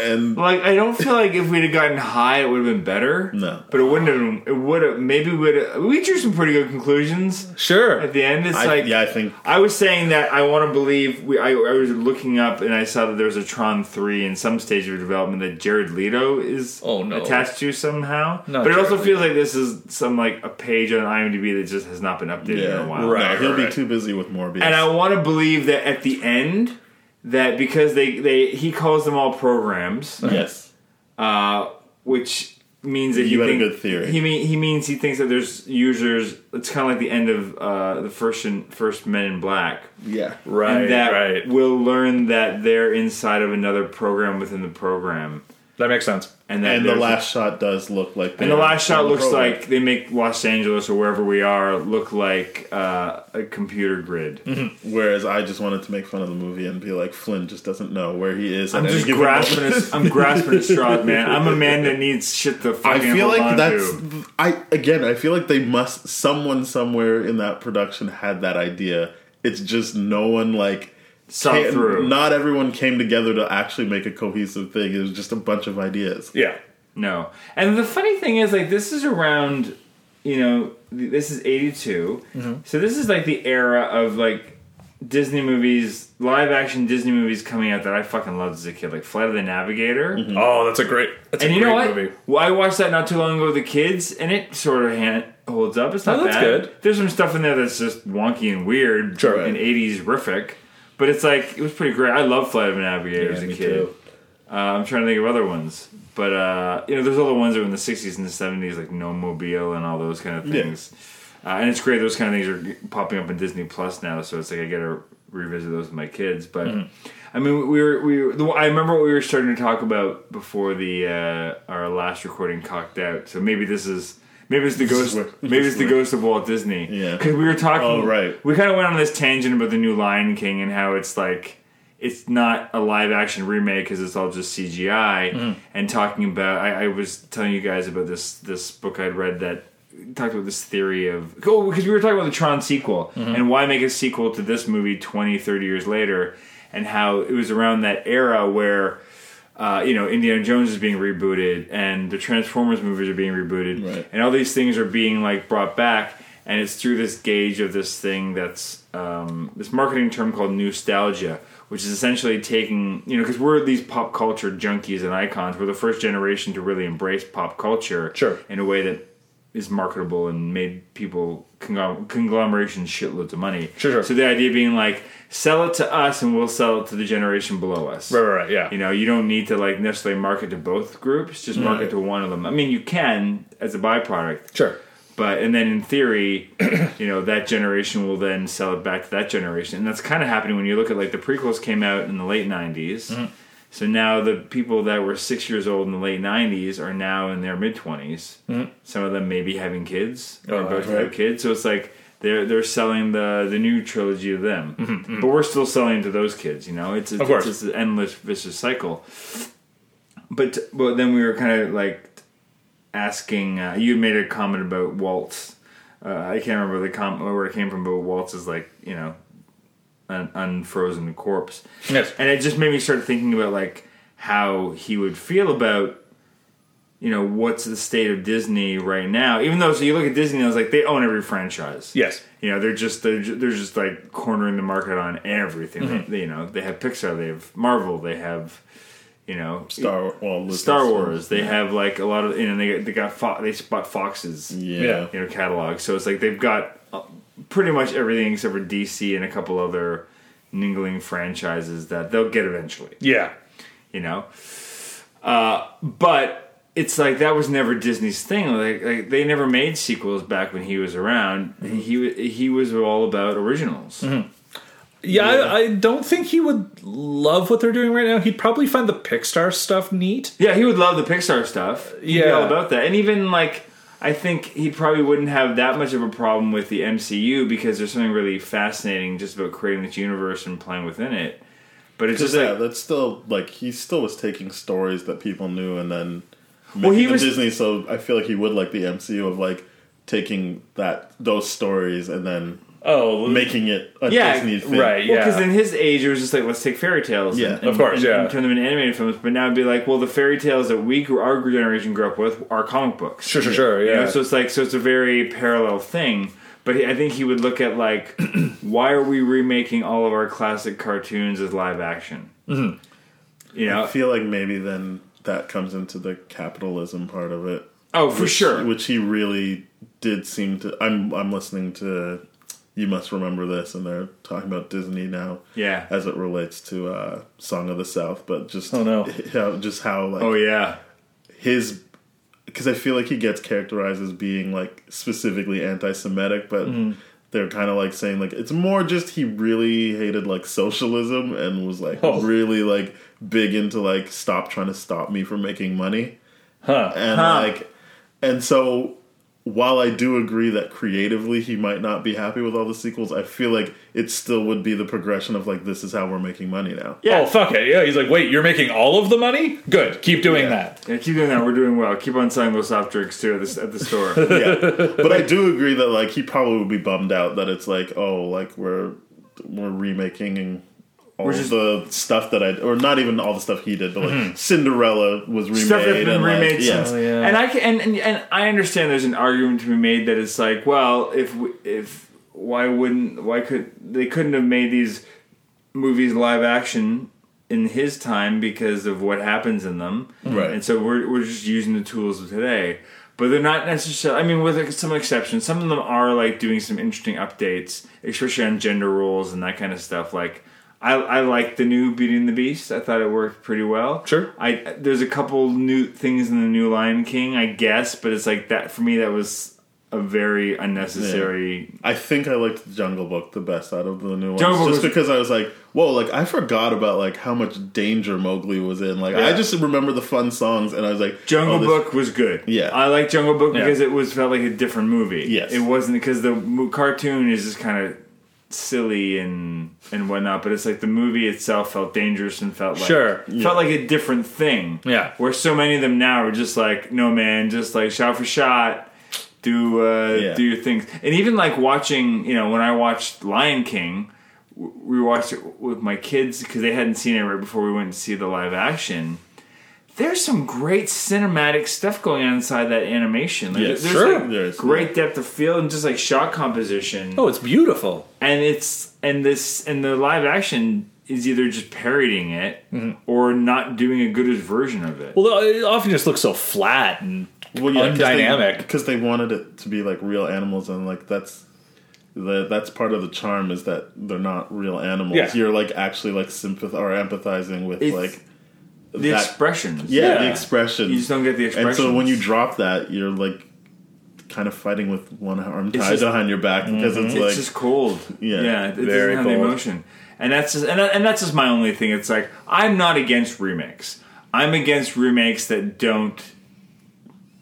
Speaker 3: and
Speaker 1: Like I don't feel like if we'd have gotten high, it would have been better.
Speaker 3: No.
Speaker 1: but it wouldn't have. been- It would have. Maybe would. We drew some pretty good conclusions at
Speaker 2: Sure.
Speaker 1: the end. It's
Speaker 3: I,
Speaker 1: like
Speaker 3: yeah, I think
Speaker 1: I was saying that I want to believe. We, I, I was looking up and I saw that there was a Tron three in some stage of development that Jared Leto is
Speaker 2: Oh, no.
Speaker 1: attached to somehow.
Speaker 2: Not
Speaker 1: but it also
Speaker 2: Jared
Speaker 1: feels like this is some like a page on IMDb that just has not been updated in
Speaker 3: yeah,
Speaker 1: a while.
Speaker 3: no,
Speaker 2: Right,
Speaker 3: he'll
Speaker 2: right.
Speaker 3: be too busy with Morbius.
Speaker 1: And I want to believe that at the end, that because they they he calls them all programs,
Speaker 3: yes,
Speaker 1: uh, which means that he
Speaker 3: You had a
Speaker 1: think-
Speaker 3: good theory.
Speaker 1: He mean, he means he thinks that there's users. It's kind of like the end of uh, the first in, first Men in Black,
Speaker 3: yeah,
Speaker 2: Right.
Speaker 1: and that
Speaker 2: right.
Speaker 1: we'll learn that they're inside of another program within the program,
Speaker 2: That makes sense.
Speaker 1: and that
Speaker 3: and the
Speaker 1: there's-
Speaker 3: last shot does look like
Speaker 1: and the last shot looks
Speaker 3: Program.
Speaker 1: like they make Los Angeles or wherever we are look like uh, a computer grid.
Speaker 3: Mm-hmm. Whereas I just wanted to make fun of the movie and be like, Flynn just doesn't know where he is.
Speaker 1: I'm just grasping. At, I'm grasping at straws, man. I'm a man that needs shit to
Speaker 3: I
Speaker 1: fucking
Speaker 3: feel
Speaker 1: hold
Speaker 3: like
Speaker 1: on
Speaker 3: that's
Speaker 1: to.
Speaker 3: I again. I feel like they must someone somewhere in that production had that idea. It's just no one like
Speaker 1: Saw
Speaker 3: came-
Speaker 1: through.
Speaker 3: Not everyone came together to actually make a cohesive thing. It was just a bunch of ideas.
Speaker 2: Yeah.
Speaker 1: No. And the funny thing is, like, this is around, you know, th- this is 82.
Speaker 2: Mm-hmm.
Speaker 1: So this is, like, the era of, like, Disney movies, live action Disney movies coming out that I fucking loved as a kid, like Flight of the Navigator.
Speaker 2: Oh, that's a great. That's
Speaker 1: And
Speaker 2: a
Speaker 1: you
Speaker 2: great
Speaker 1: know what?
Speaker 2: movie.
Speaker 1: Well, I watched that not too long ago with the kids, and it sort of hand, holds up. It's not
Speaker 2: Oh, that's
Speaker 1: bad.
Speaker 2: good.
Speaker 1: There's some stuff in there that's just wonky and weird
Speaker 2: Sure.
Speaker 1: and 80s rific, but it's like, it was pretty great. I loved Flight of the Navigator as a
Speaker 2: me
Speaker 1: kid.
Speaker 2: too.
Speaker 1: Uh, I'm trying to think of other ones, but uh, you know, there's other ones that were in the '60s and the '70s, like No Mobile and all those kind of
Speaker 3: Yeah.
Speaker 1: things. Uh, and it's great; those kind of things are g- popping up in Disney Plus now. So it's like I got to revisit those with my kids. But
Speaker 3: Mm-hmm.
Speaker 1: I mean, we were we were, the, I remember what we were starting to talk about before the uh, our last recording cocked out. So maybe this is. Maybe it's the ghost.
Speaker 3: where-
Speaker 1: maybe it's the
Speaker 3: where-
Speaker 1: ghost of Walt Disney.
Speaker 3: Yeah.
Speaker 1: because we were talking.
Speaker 3: Oh, right.
Speaker 1: We kind of went on this tangent about the new Lion King and how it's like it's not a live action remake because it's all just CGI.
Speaker 3: Mm-hmm.
Speaker 1: And talking about, I, I was telling you guys about this this book I'd read that talked about this theory of oh because we were talking about the Tron sequel
Speaker 3: Mm-hmm.
Speaker 1: and why make a sequel to this movie 20, 30 years later and how it was around that era where. Uh, you know, Indiana Jones is being rebooted, and the Transformers movies are being rebooted,
Speaker 3: Right.
Speaker 1: and all these things are being like brought back and it's through this gauge of this thing that's um, this marketing term called nostalgia which is essentially taking you know because we're these pop culture junkies and icons we're the first generation to really embrace pop culture
Speaker 2: Sure.
Speaker 1: in a way that is marketable and made people conglom- conglomeration shitloads of money
Speaker 2: Sure, sure.
Speaker 1: so the idea being like sell it to us and we'll sell it to the generation below us
Speaker 2: Right, right, right, yeah.
Speaker 1: you know, you don't need to like necessarily market to both groups. Just market to one of them. I mean, you can as a byproduct,
Speaker 2: Sure.
Speaker 1: but and then in theory, you know, that generation will then sell it back to that generation, and that's kind of happening when you look at like the prequels came out in the late '90s.
Speaker 2: Mm-hmm.
Speaker 1: So now the people that were six years old in the late '90s are now in their mid 20s Some of them may be having kids or
Speaker 2: Mm-hmm. Oh,
Speaker 1: about to
Speaker 3: right.
Speaker 1: have kids. So it's like they're they're selling the the new trilogy of them,
Speaker 2: Mm-hmm.
Speaker 1: but we're still selling to those kids. You know, it's it's,
Speaker 2: Of course.
Speaker 1: it's an endless vicious cycle. But but then we were kind of like asking. Uh, you made a comment about Waltz. Uh, I can't remember the com- where it came from, but Waltz is like you know an unfrozen corpse.
Speaker 2: Yes.
Speaker 1: And it just made me start thinking about like how he would feel about you know what's the state of Disney right now. Even though, so you look at Disney, and it's like they own every franchise.
Speaker 2: Yes.
Speaker 1: you know they're just they're just, they're just like cornering the market on everything.
Speaker 3: Mm-hmm.
Speaker 1: They, you know they have Pixar, they have Marvel, they have you know
Speaker 3: Star, well, Lucas-
Speaker 1: Star Wars. They have like a lot of you know they they got Fo- they bought Fox's
Speaker 3: Yeah.
Speaker 1: you know catalog. So it's like they've got uh, pretty much everything except for DC and a couple other niggling franchises that they'll get eventually.
Speaker 2: Yeah.
Speaker 1: You know, uh, but it's like that was never Disney's thing. Like, like they never made sequels back when he was around. He wa- he was all about originals.
Speaker 2: Yeah, I, I don't think he would love what they're doing right now. He'd probably find the Pixar stuff neat.
Speaker 1: Yeah, he would love the Pixar stuff. He'd be
Speaker 2: Yeah.
Speaker 1: all about that. And even like, I think he probably wouldn't have that much of a problem with the MCU because there's something really fascinating just about creating this universe and playing within it. But it's just
Speaker 3: Yeah,
Speaker 1: like,
Speaker 3: that's still like he still was taking stories that people knew and then
Speaker 1: well, he
Speaker 3: the
Speaker 1: was
Speaker 3: Disney. So I feel like he would like the MCU of like taking that those stories and then
Speaker 2: Oh,
Speaker 3: making it a
Speaker 1: Yeah,
Speaker 3: Disney thing.
Speaker 2: right.
Speaker 1: Well, because
Speaker 2: Yeah.
Speaker 1: in his age, it was just like let's take fairy tales,
Speaker 3: Yeah,
Speaker 1: and,
Speaker 3: of
Speaker 2: course,
Speaker 1: and,
Speaker 2: yeah.
Speaker 1: and turn them into animated films. But now it'd be like, well, the fairy tales that we grew, our generation grew up with are comic books.
Speaker 2: Sure, sure, sure.
Speaker 1: You know,
Speaker 2: Yeah.
Speaker 1: so it's like so it's a very parallel thing. But I think he would look at like, why are we remaking all of our classic cartoons as live action? Mm-hmm. You
Speaker 3: I
Speaker 1: know,
Speaker 3: feel like maybe then that comes into the capitalism part of it.
Speaker 1: oh for sure.
Speaker 3: Which he really did seem to. I'm I'm listening to. You must remember this, and they're talking about Disney now.
Speaker 1: Yeah.
Speaker 3: as it relates to uh, "Song of the South," but just
Speaker 2: Oh, no.
Speaker 3: how, just how like
Speaker 1: oh yeah,
Speaker 3: his because I feel like he gets characterized as being like specifically anti-Semitic, but
Speaker 2: Mm-hmm.
Speaker 3: they're kind of like saying like it's more just he really hated like socialism and was like
Speaker 2: Oh.
Speaker 3: really like big into like stop trying to stop me from making money
Speaker 2: huh.
Speaker 3: and
Speaker 1: Huh.
Speaker 3: like and so while I do agree that creatively he might not be happy with all the sequels, I feel like it still would be the progression of like this is how we're making money now.
Speaker 1: yeah.
Speaker 2: Oh, fuck it. Yeah. He's like, wait, you're making all of the money? Good. Keep doing
Speaker 3: Yeah.
Speaker 2: that.
Speaker 1: yeah. Keep doing that. We're doing well. Keep on selling those soft drinks too at the, at the store.
Speaker 3: yeah, but I do agree that like he probably would be bummed out that it's like oh like we're we're remaking and all
Speaker 1: just- Mm-hmm.
Speaker 3: the stuff that I or not even all the stuff he did, but like Cinderella was remade
Speaker 1: Stuff that's been
Speaker 3: and like,
Speaker 1: remade
Speaker 3: yeah.
Speaker 1: since,
Speaker 2: Oh, yeah.
Speaker 1: and I can, and, and and I understand there's an argument to be made that it's like, well, if we, if why wouldn't why could they couldn't have made these movies live action in his time because of what happens in them.
Speaker 3: Mm. Right.
Speaker 1: And so we're, we're just using the tools of today. But they're not necessarily, I mean, with like, some exceptions, some of them are like doing some interesting updates, especially on gender roles and that kind of stuff. Like, I, I like the new Beauty and the Beast. I thought it worked pretty well.
Speaker 2: Sure.
Speaker 1: I there's a couple new things in the new Lion King, I guess, but it's like that for me. That was a very unnecessary
Speaker 3: I think I liked the Jungle Book the best out of the new ones,
Speaker 1: Jungle Book
Speaker 3: just
Speaker 1: was-
Speaker 3: because I was like, "Whoa!" Like I forgot about like how much danger Mowgli was in. Like I
Speaker 1: Yeah.
Speaker 3: just remember the fun songs, and I was like,
Speaker 1: Jungle
Speaker 3: oh, this-
Speaker 1: Book was good.
Speaker 3: Yeah.
Speaker 1: I like Jungle Book
Speaker 2: Yeah.
Speaker 1: because it was felt like a different movie.
Speaker 3: Yes.
Speaker 1: it wasn't because the mo- cartoon is just kind of silly and and whatnot, but it's like the movie itself felt dangerous and felt like
Speaker 2: Sure.
Speaker 1: felt like a different thing.
Speaker 2: Yeah.
Speaker 1: where so many of them now are just like, no man, just like shot for shot. Do uh,
Speaker 3: Yeah.
Speaker 1: do your things, and even like watching, you know, when I watched Lion King, w- we watched it with my kids because they hadn't seen it right before we went to see the live action there's some great cinematic stuff going on inside that animation. Like,
Speaker 3: Yeah,
Speaker 1: there's
Speaker 2: sure.
Speaker 1: like,
Speaker 3: There is,
Speaker 1: great depth of field and just like shot composition.
Speaker 2: Oh, it's beautiful.
Speaker 1: And it's and this and the live action is either just parodying it
Speaker 3: Mm-hmm.
Speaker 1: or not doing a good version of it.
Speaker 2: Well, it often just looks so flat and
Speaker 3: well, yeah,
Speaker 2: undynamic.
Speaker 3: because they, wanted it to be like real animals, and like that's the, that's part of the charm is that they're not real animals.
Speaker 2: Yeah.
Speaker 3: You're like actually like sympath or empathizing with
Speaker 1: It's-
Speaker 3: like
Speaker 1: the
Speaker 3: that-
Speaker 1: expressions.
Speaker 3: yeah,
Speaker 2: yeah.
Speaker 3: the expression.
Speaker 1: You just don't get the
Speaker 3: and
Speaker 1: expressions.
Speaker 3: so when you drop that, you're like kind of fighting with one arm tied
Speaker 1: just- Mm-hmm.
Speaker 3: behind your back because it's like
Speaker 1: it's just cold.
Speaker 3: Yeah,
Speaker 1: yeah, it
Speaker 3: very
Speaker 1: doesn't have the
Speaker 3: cold.
Speaker 1: emotion, and that's just, and, that- and that's just my only thing. It's like I'm not against remakes. I'm against remakes that don't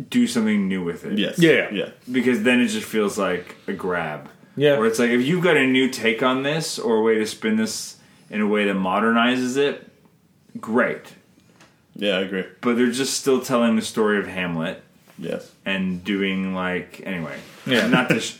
Speaker 1: do something new with it.
Speaker 3: yes,
Speaker 2: Yeah.
Speaker 3: yeah.
Speaker 1: because then it just feels like a grab.
Speaker 2: Yeah.
Speaker 1: where it's like if you've got a new take on this or a way to spin this in a way that modernizes it, great.
Speaker 3: Yeah, I agree.
Speaker 1: But they're just still telling the story of Hamlet
Speaker 3: Yes.
Speaker 1: and doing like anyway.
Speaker 2: Yeah.
Speaker 1: not to. Sh-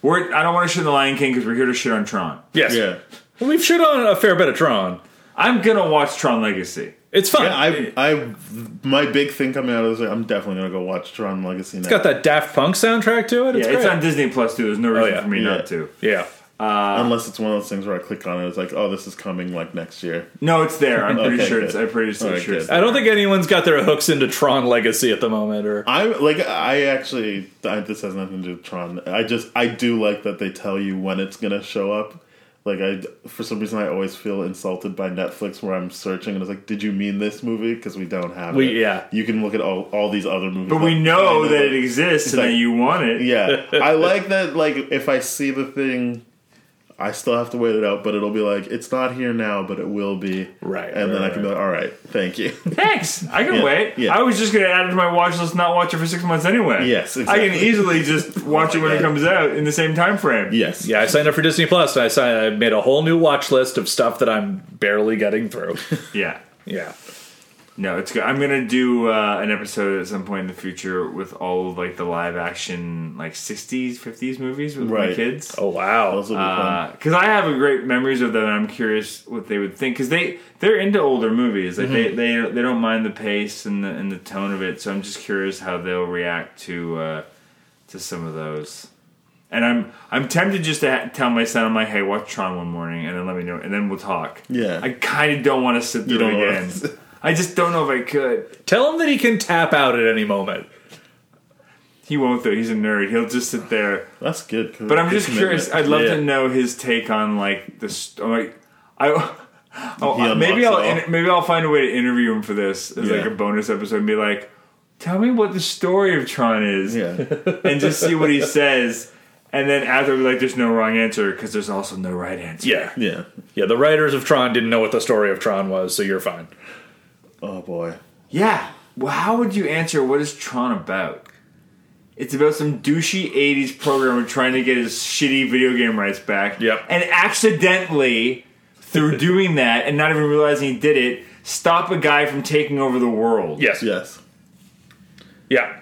Speaker 1: we're, I don't want to shit on the Lion King because we're here to shit on Tron.
Speaker 2: Yes.
Speaker 3: Yeah.
Speaker 2: Well, we've shit on a fair bit of Tron.
Speaker 1: I'm gonna watch Tron Legacy.
Speaker 2: It's fun.
Speaker 3: Yeah, I, I, my big thing coming out of this, I'm definitely gonna go watch Tron Legacy now.
Speaker 2: it's got that Daft Punk soundtrack to it. It's
Speaker 1: yeah, it's
Speaker 2: great.
Speaker 1: on Disney Plus too. There's no reason
Speaker 2: yeah.
Speaker 1: for me
Speaker 3: Oh, Yeah.
Speaker 1: not to.
Speaker 2: yeah.
Speaker 3: Unless it's one of those things where I click on it, it's like, oh, this is coming like next year.
Speaker 1: No, it's there. I'm pretty
Speaker 3: Okay,
Speaker 1: sure. It's,
Speaker 3: good.
Speaker 1: I'm pretty sure.
Speaker 3: Alright,
Speaker 1: sure it's
Speaker 3: good.
Speaker 1: there.
Speaker 2: I don't think anyone's got their hooks into Tron Legacy at the moment, or
Speaker 3: I like, I actually, I, this has nothing to do with Tron. I just, I do like that they tell you when it's gonna show up. Like, I, for some reason, I always feel insulted by Netflix where I'm searching and it's like, did you mean this movie? Because we don't have
Speaker 2: We-
Speaker 3: it.
Speaker 2: yeah.
Speaker 3: You can look at all, all these other movies.
Speaker 1: But we
Speaker 3: like,
Speaker 1: know
Speaker 3: I
Speaker 1: that it
Speaker 3: like-
Speaker 1: exists and
Speaker 3: like-
Speaker 1: that you want it.
Speaker 3: Yeah, I like that. Like, if I see the thing, I still have to wait it out, but it'll be like it's not here now, but it will be.
Speaker 2: Right,
Speaker 3: and then
Speaker 2: right,
Speaker 3: I can be like, all right, thank you.
Speaker 1: Thanks. I can
Speaker 3: Yeah,
Speaker 1: wait.
Speaker 3: yeah.
Speaker 1: I was just gonna add it to my watch list, not watch it for six months anyway.
Speaker 3: Yes,
Speaker 1: I can
Speaker 3: exactly.
Speaker 1: easily just watch it when it
Speaker 3: God.
Speaker 1: comes out in the same time frame.
Speaker 3: yes,
Speaker 2: yeah, I signed up for Disney Plus. And I signed, I made a whole new watch list of stuff that I'm barely getting through.
Speaker 1: Yeah.
Speaker 2: yeah,
Speaker 1: No, it's good. I'm gonna do uh, an episode at some point in the future with all of like the live action like 60s, 50s movies with my
Speaker 3: Right.
Speaker 1: kids.
Speaker 2: oh wow,
Speaker 3: Those will be fun.
Speaker 1: because Uh, I have a great memories of them, and I'm curious what they would think because they they're into older movies. Like
Speaker 3: Mm-hmm.
Speaker 1: they, they they don't mind the pace and the and the tone of it. So I'm just curious how they'll react to uh, to some of those. And I'm I'm tempted just to ha- tell my son, I'm like, hey, watch Tron one morning, and then let me know, and then we'll talk.
Speaker 3: Yeah.
Speaker 1: I kind of don't want to sit through
Speaker 3: don't
Speaker 1: it
Speaker 3: wanna
Speaker 1: again.
Speaker 3: sit-
Speaker 1: I just don't know if I could.
Speaker 2: tell him that he can tap out at any moment.
Speaker 1: He won't though. He's a nerd. He'll just sit there.
Speaker 3: That's good. 'cause
Speaker 1: But I'm
Speaker 3: good
Speaker 1: just curious. I'd
Speaker 3: commitment.
Speaker 1: love
Speaker 2: Yeah.
Speaker 1: to know his take on like this. I'm like, I. Oh,
Speaker 3: He
Speaker 1: I- maybe I'll
Speaker 3: unlocks it all.
Speaker 1: in, maybe I'll find a way to interview him for this as like
Speaker 3: Yeah.
Speaker 1: a bonus episode and be like, tell me what the story of Tron is,
Speaker 3: Yeah,
Speaker 1: and just see what he says. And then after, be like, there's no wrong answer because there's also no right answer.
Speaker 2: Yeah,
Speaker 3: yeah.
Speaker 2: yeah. The writers of Tron didn't know what the story of Tron was, so you're fine.
Speaker 3: Oh boy.
Speaker 1: Yeah. Well, how would you answer what is Tron about? It's about some douchey 80s programmer trying to get his shitty video game rights back.
Speaker 2: Yep.
Speaker 1: And accidentally, through doing that and not even realizing he did it, stop a guy from taking over the world.
Speaker 2: Yes, yeah,
Speaker 3: Yes.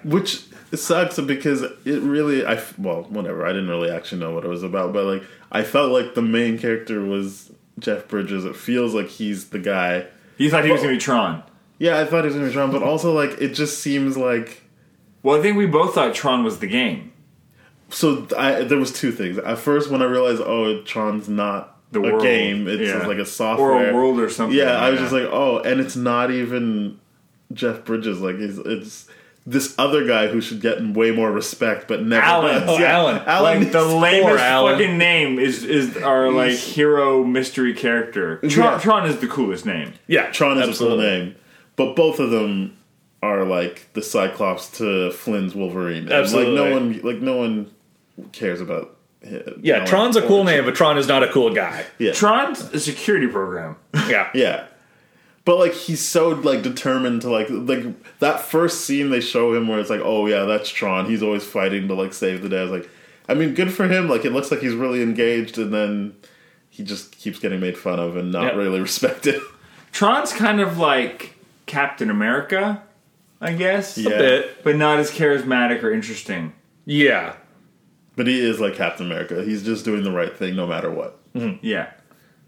Speaker 3: Which sucks because it really, I f- well, whatever. I didn't really actually know what it was about, but like I felt like the main character was Jeff Bridges. It feels like he's the guy.
Speaker 1: He thought he was going to be Tron.
Speaker 3: Yeah, I thought he was gonna be Tron, but also like it just seems like
Speaker 1: Well, I think we both thought Tron was the game.
Speaker 3: so th- I, there was two things. At first, when I realized, oh, Tron's not
Speaker 1: The
Speaker 3: a
Speaker 1: world.
Speaker 3: game; it's
Speaker 1: Yeah.
Speaker 3: like a software
Speaker 1: Or a world or something.
Speaker 3: Yeah, I was just like, oh, and it's not even Jeff Bridges. Like, it's, it's this other guy who should get way more respect, but never
Speaker 1: Alan.
Speaker 3: does.
Speaker 2: Oh, Alan.
Speaker 3: Alan
Speaker 1: Like the
Speaker 3: is-
Speaker 1: lamest
Speaker 2: Alan.
Speaker 1: fucking name is is our like hero mystery character. Tron,
Speaker 3: Yeah.
Speaker 1: Tron is the coolest name.
Speaker 2: yeah.
Speaker 3: Tron is
Speaker 2: absolutely.
Speaker 3: a cool name, but both of them are like the Cyclops to Flynn's Wolverine. And, like
Speaker 2: Absolutely.
Speaker 3: no one, like no one cares about. Him.
Speaker 2: Yeah,
Speaker 3: Alan.
Speaker 2: Tron's a cool name, but Tron is not a cool guy.
Speaker 3: Yeah.
Speaker 1: Tron's a security program.
Speaker 2: Yeah,
Speaker 3: Yeah. But like he's so like determined to like like that first scene they show him where it's like, oh yeah, that's Tron. He's always fighting to like save the day. I was like, I mean, good for him. Like it looks like he's really engaged, and then he just keeps getting made fun of and not
Speaker 2: Yeah.
Speaker 3: really respected.
Speaker 1: Tron's kind of like Captain America, I guess,
Speaker 3: Yeah.
Speaker 2: Bit.
Speaker 1: but not as charismatic or interesting.
Speaker 2: yeah.
Speaker 3: But he is like Captain America. He's just doing the right thing no matter what.
Speaker 1: Yeah,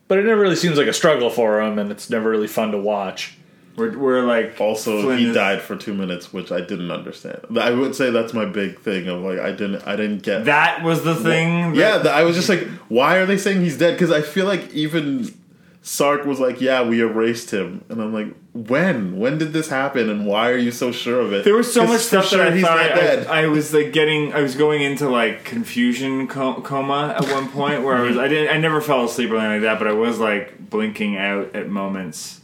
Speaker 2: But it never really seems like a struggle for him, and it's never really fun to watch.
Speaker 1: we're, we're like
Speaker 3: Also,
Speaker 1: Flynn
Speaker 3: he
Speaker 1: is-
Speaker 3: died for two minutes, which I didn't understand. I would say that's my big thing of like I didn't I didn't get
Speaker 1: That was the thing.
Speaker 3: Yeah,
Speaker 1: that-
Speaker 3: th- I was just like, why are they saying he's dead? Because I feel like even Sark was like, yeah, we erased him, and I'm like, when? When did this happen? And why are you so sure of it?
Speaker 1: there was so
Speaker 3: 'Cause
Speaker 1: much
Speaker 3: for
Speaker 1: stuff that I
Speaker 3: he's
Speaker 1: thought
Speaker 3: not dead.
Speaker 1: I, I, was like getting. I was going into like confusion co- coma at one point where I was. I didn't. I never fell asleep or anything like that, but I was like blinking out at moments,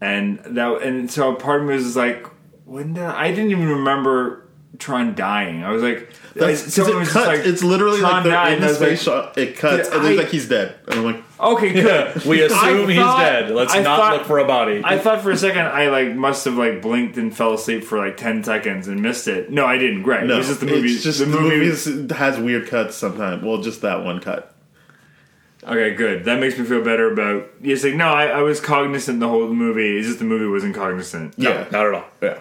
Speaker 1: and that. And so part of me was just like, when did I, I didn't even remember Tron dying. I was like,
Speaker 3: That's-
Speaker 1: I-
Speaker 3: 'cause
Speaker 1: someone
Speaker 3: it
Speaker 1: was just
Speaker 3: cuts. it's literally
Speaker 1: Tron
Speaker 3: like they're
Speaker 1: died,
Speaker 3: in
Speaker 1: and I
Speaker 3: the
Speaker 1: was like,
Speaker 3: space shot. It cuts,
Speaker 1: Did
Speaker 3: and then he's
Speaker 1: I-
Speaker 3: like, he's dead, and I'm like,
Speaker 1: Okay, good.
Speaker 2: We assume
Speaker 1: I
Speaker 2: he's
Speaker 1: thought-
Speaker 2: dead. Let's
Speaker 1: I
Speaker 2: not
Speaker 1: thought-
Speaker 2: look for a body.
Speaker 1: I thought for a second I like must have like blinked and fell asleep for like ten seconds and missed it. No, I didn't. Great.
Speaker 3: no,
Speaker 1: it was just the movie.
Speaker 3: It's just the, movie is- has weird cuts sometimes. Well, just that one cut.
Speaker 1: Okay, good. That makes me feel better about. It's like no, I, I was cognizant the whole movie. It's just the movie wasn't cognizant.
Speaker 3: Yeah,
Speaker 2: Not at all.
Speaker 3: yeah.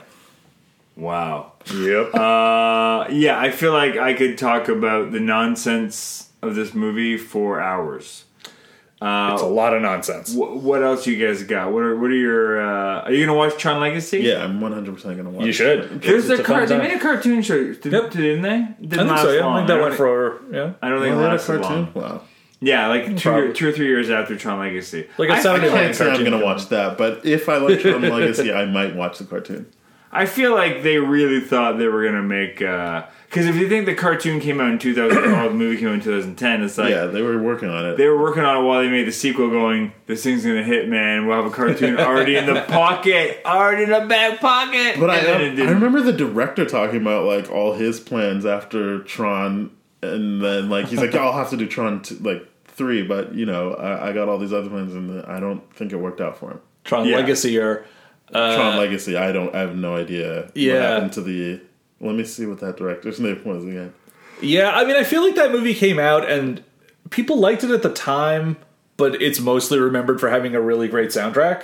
Speaker 1: Wow.
Speaker 2: Yep.
Speaker 1: Uh, yeah, I feel like I could talk about the nonsense of this movie for hours.
Speaker 2: it's a lot of nonsense.
Speaker 1: Wh- what else you guys got? What are what are your? Uh, are you gonna watch Tron Legacy?
Speaker 3: Yeah, I'm 100 percent gonna watch.
Speaker 2: You should.
Speaker 1: There's
Speaker 2: It's
Speaker 1: the
Speaker 2: a fun
Speaker 1: car- they
Speaker 2: time.
Speaker 1: made a cartoon show, did,
Speaker 2: Yep.
Speaker 1: didn't they?
Speaker 2: I
Speaker 1: Didn't
Speaker 2: think
Speaker 1: last
Speaker 2: so. Yeah, I
Speaker 1: long.
Speaker 2: think that went
Speaker 1: don't-
Speaker 2: for yeah.
Speaker 1: I don't think it
Speaker 3: Oh, they had a
Speaker 1: lasted
Speaker 3: cartoon.
Speaker 1: long.
Speaker 3: Wow.
Speaker 1: Yeah, like two,
Speaker 2: Probably.
Speaker 1: or, two or three years after Tron Legacy.
Speaker 2: Like a
Speaker 1: I-
Speaker 2: Saturday
Speaker 3: I
Speaker 2: morning
Speaker 3: can't say I'm
Speaker 2: cartoon.
Speaker 3: gonna watch that, but if I like Tron Legacy, I might watch the cartoon.
Speaker 1: I feel like they really thought they were gonna make. Because if you think the cartoon came out in 2012, the movie came out in 2010, it's like
Speaker 3: yeah, they were working on it.
Speaker 1: they were working on it while they made the sequel. Going, this thing's gonna hit, man. We'll have a cartoon already in the pocket, already in the back pocket.
Speaker 3: But I,
Speaker 1: And then it
Speaker 3: I
Speaker 1: didn't.
Speaker 3: remember the director talking about like all his plans after Tron, and then like he's like, "I'll have to do Tron t- like three, but you know, I, I got all these other plans, and I don't think it worked out for him."
Speaker 2: Tron
Speaker 1: Yeah.
Speaker 2: Legacy or
Speaker 1: Uh,
Speaker 3: Tron Legacy, I don't, I have no idea what
Speaker 2: Yeah.
Speaker 3: happened to the. Let me see what that director's name was again.
Speaker 2: yeah. I mean, I feel like that movie came out and people liked it at the time, but it's mostly remembered for having a really great soundtrack,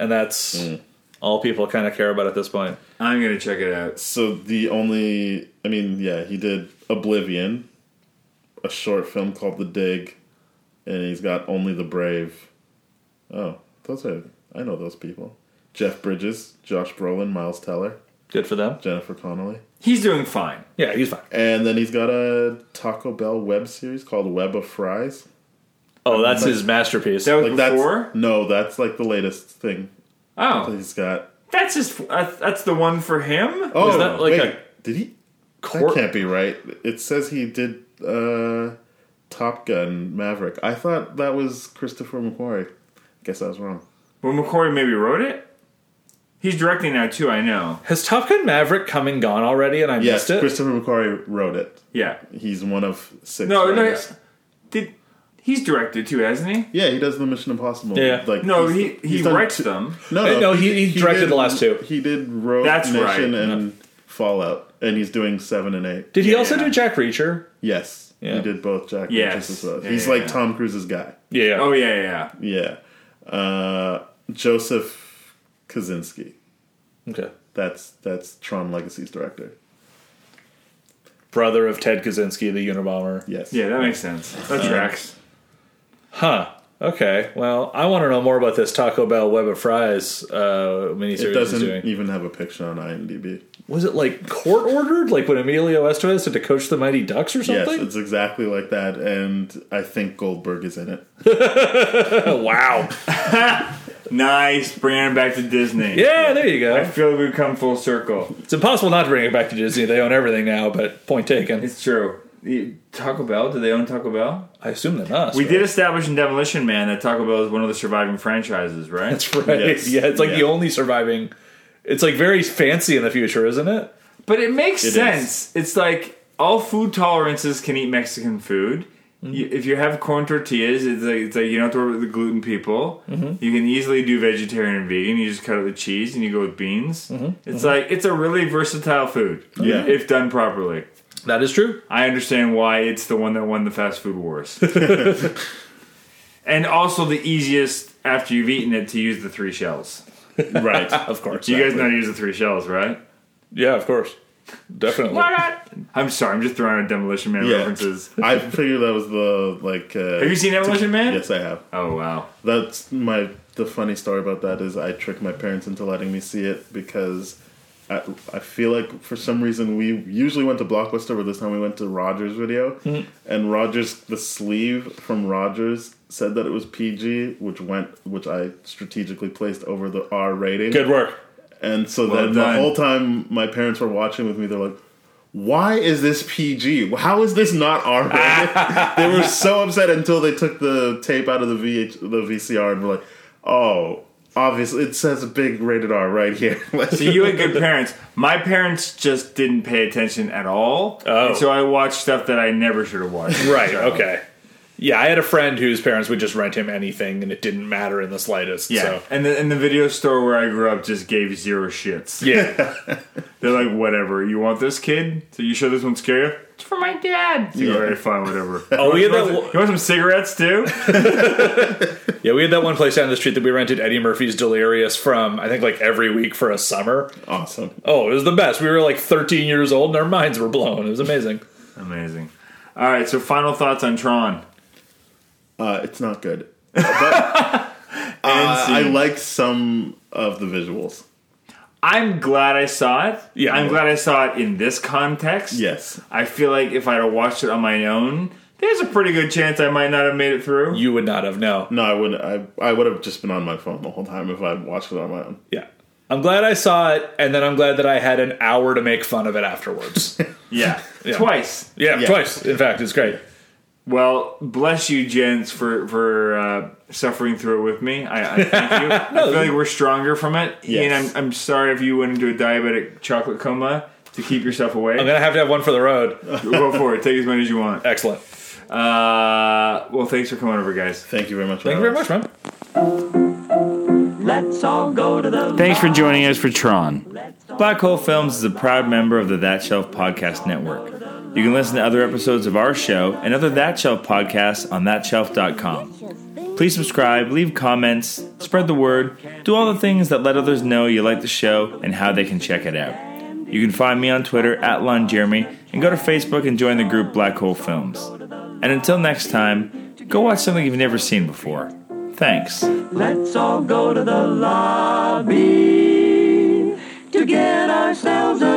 Speaker 2: and that's
Speaker 1: Mm.
Speaker 2: all people kind of care about at this point.
Speaker 1: I'm gonna check it out.
Speaker 3: So the only, I mean, yeah, he did Oblivion, a short film called The Dig, and he's got Only the Brave. Oh, those are I know those people: Jeff Bridges, Josh Brolin, Miles Teller,
Speaker 2: Good for them.
Speaker 3: Jennifer Connelly,
Speaker 1: He's doing fine.
Speaker 2: Yeah, he's fine.
Speaker 3: and then he's got a Taco Bell web series called Web of Fries.
Speaker 2: Oh, that's his masterpiece.
Speaker 1: That was before.
Speaker 3: that's no, that's like the latest thing
Speaker 1: Oh,
Speaker 3: he's got.
Speaker 1: that's just uh, that's the one for him.
Speaker 3: Oh,
Speaker 2: that like
Speaker 3: wait,
Speaker 2: a
Speaker 3: did he?
Speaker 2: Cor-
Speaker 3: That can't be right. It says he did uh, Top Gun Maverick. I thought that was Christopher McQuarrie. Guess I was wrong.
Speaker 1: Well, McCory maybe wrote it. He's directing now too. I know.
Speaker 2: Has Top Gun Maverick come and gone already, and I
Speaker 3: Yes,
Speaker 2: missed it?
Speaker 3: Christopher McQuarrie wrote it.
Speaker 1: Yeah.
Speaker 3: He's one of six.
Speaker 1: No, no.
Speaker 3: writers.
Speaker 1: Did he's directed too, hasn't he?
Speaker 3: Yeah, he does the Mission Impossible.
Speaker 2: Yeah.
Speaker 3: like
Speaker 1: No, he
Speaker 3: he's-
Speaker 1: he
Speaker 3: he's done
Speaker 1: writes
Speaker 3: two-
Speaker 1: them.
Speaker 3: No,
Speaker 2: Uh,
Speaker 3: no,
Speaker 2: no, he- he directed
Speaker 3: did-
Speaker 2: the last two.
Speaker 3: He did Rogue
Speaker 1: That's
Speaker 3: Nation
Speaker 1: right.
Speaker 3: and Fallout, and he's doing seven and eight.
Speaker 2: Did he also
Speaker 1: yeah.
Speaker 2: do Jack Reacher?
Speaker 3: yes,
Speaker 2: Yeah.
Speaker 3: he did both Jack.
Speaker 1: Yes.
Speaker 3: Yes, as well.
Speaker 1: Yeah,
Speaker 3: he's
Speaker 1: yeah,
Speaker 3: like
Speaker 1: yeah.
Speaker 3: Tom Cruise's guy.
Speaker 2: Yeah.
Speaker 1: Oh yeah, yeah, yeah.
Speaker 3: Yeah, uh, Joseph Kaczynski.
Speaker 2: Okay.
Speaker 3: That's that's Tron Legacy's director.
Speaker 2: Brother of Ted Kaczynski, the Unabomber.
Speaker 3: Yes.
Speaker 1: Yeah, that makes sense. That tracks.
Speaker 2: Huh. Okay. Well, I want to know more about this Taco Bell Web of Fries uh,
Speaker 3: It
Speaker 2: miniseries he's
Speaker 3: doesn't
Speaker 2: doing.
Speaker 3: even have a picture on IMDb.
Speaker 2: Was it like court ordered, like when Emilio Estevez had to coach the Mighty Ducks or
Speaker 3: Yes,
Speaker 2: something?
Speaker 3: it's exactly like that, and I think Goldberg is in it.
Speaker 2: oh, wow.
Speaker 1: Nice. Bringing it back to Disney.
Speaker 2: Yeah, there you
Speaker 1: I
Speaker 2: go.
Speaker 1: feel like we've come full circle.
Speaker 2: It's impossible not to bring it back to Disney. They own everything now, but point taken.
Speaker 1: It's true. You- Taco Bell? Do they own Taco Bell?
Speaker 2: I assume they must.
Speaker 1: We
Speaker 2: right?
Speaker 1: did establish in Demolition Man that Taco Bell is one of the surviving franchises, right?
Speaker 2: That's right.
Speaker 3: Yes.
Speaker 2: Yeah, it's like the
Speaker 3: Yeah.
Speaker 2: only surviving. It's like very fancy in the future, isn't it?
Speaker 1: But it makes
Speaker 3: It
Speaker 1: sense. It's like all food tolerances can eat Mexican food.
Speaker 3: Mm-hmm.
Speaker 1: You, if you have corn tortillas, it's like, it's like you don't have to worry about the gluten people.
Speaker 3: Mm-hmm.
Speaker 1: You can easily do vegetarian and vegan. You just cut out the cheese and you go with beans. It's like it's a really versatile food.
Speaker 3: Mm-hmm. Oh, Yeah.
Speaker 1: if done properly.
Speaker 2: That is true.
Speaker 1: I understand why it's the one that won the fast food wars. and also the easiest after you've eaten it to use the three shells.
Speaker 3: Right.
Speaker 2: Of course.
Speaker 1: You guys know how to use the three shells, right?
Speaker 2: Yeah, of course. Definitely.
Speaker 1: I'm sorry, I'm just throwing out Demolition Man
Speaker 3: Yeah.
Speaker 1: references.
Speaker 3: I figured that was the like. Uh,
Speaker 1: Have you seen Demolition Man?
Speaker 3: Yes, I have.
Speaker 1: Oh wow.
Speaker 3: That's my the funny story about that is I tricked my parents into letting me see it because I, I feel like for some reason we usually went to Blockbuster, but this time we went to Rogers Video, and Rogers the sleeve from Rogers said that it was PG, which went which I strategically placed over the R rating.
Speaker 2: Good work.
Speaker 3: And so
Speaker 1: Well done.
Speaker 3: then the whole time my parents were watching with me, they're like, why is this PG? How is this not R rated? they were so upset until they took the tape out of the VH, the VCR and were like, oh, obviously it says a big rated R right here. Like-
Speaker 1: So you had good parents. My parents just didn't pay attention at all.
Speaker 2: Oh.
Speaker 1: And so I watched stuff that I never should have watched.
Speaker 2: Right.
Speaker 1: So-
Speaker 2: Okay. Yeah, I had a friend whose parents would just rent him anything, and it didn't matter in the slightest.
Speaker 1: Yeah.
Speaker 2: So.
Speaker 1: And the and the video store where I grew up just gave zero shits.
Speaker 2: Yeah.
Speaker 1: They're like, whatever. You want this kid? So you sure this one's scary? It's for my dad. So, All right, fine, whatever.
Speaker 2: Oh, we had
Speaker 1: you, want
Speaker 2: that
Speaker 1: some-
Speaker 2: one-
Speaker 1: you want some cigarettes too?
Speaker 2: yeah, we had that one place down the street that we rented Eddie Murphy's Delirious from. I think like every week for a summer.
Speaker 3: awesome.
Speaker 2: Oh, it was the best. We were like 13 years old, and our minds were blown. It was amazing.
Speaker 1: Amazing. All right. So final thoughts on Tron.
Speaker 3: Uh, it's not good. Uh, I
Speaker 1: scene.
Speaker 3: like some of the visuals.
Speaker 1: I'm glad I saw it.
Speaker 2: Yeah.
Speaker 1: I'm glad I saw it in this context.
Speaker 3: Yes.
Speaker 1: I feel like if I'd have watched it on my own, there's a pretty good chance I might not have made it through.
Speaker 2: You would not have no.
Speaker 3: No, I wouldn't. I, I would have just been on my phone the whole time if I watched it on my own.
Speaker 2: Yeah. I'm glad I saw it, and then I'm glad that I had an hour to make fun of it afterwards.
Speaker 1: yeah. Twice.
Speaker 2: yeah,
Speaker 3: Yeah.
Speaker 2: twice. In fact, it's great.
Speaker 1: Well, bless you, gents, for for uh, suffering through it with me. I, I thank you. I feel like we're stronger from it. And
Speaker 3: Yes.
Speaker 1: I'm, I'm sorry if you went into a diabetic chocolate coma to keep yourself
Speaker 2: I'm
Speaker 1: away.
Speaker 2: gonna have to have one for the road.
Speaker 1: Go for it. Take as many as you want.
Speaker 2: Excellent.
Speaker 1: Uh, well, thanks for coming over, guys.
Speaker 3: Thank you very much.
Speaker 2: Thank you very much, man.
Speaker 4: Let's all go to the
Speaker 5: Thanks for joining us for Tron. Black Hole Films is a proud member of the That Shelf Podcast Network. You can listen to other episodes of our show and other That Shelf podcasts on thatshelf.com. Please subscribe, leave comments, spread the word, do all the things that let others know you like the show and how they can check it out. You can find me on Twitter at LonJeremy and go to Facebook and join the group Black Hole Films. And until next time, go watch something you've never seen before. Thanks.
Speaker 4: Let's all go to the lobby to get ourselves a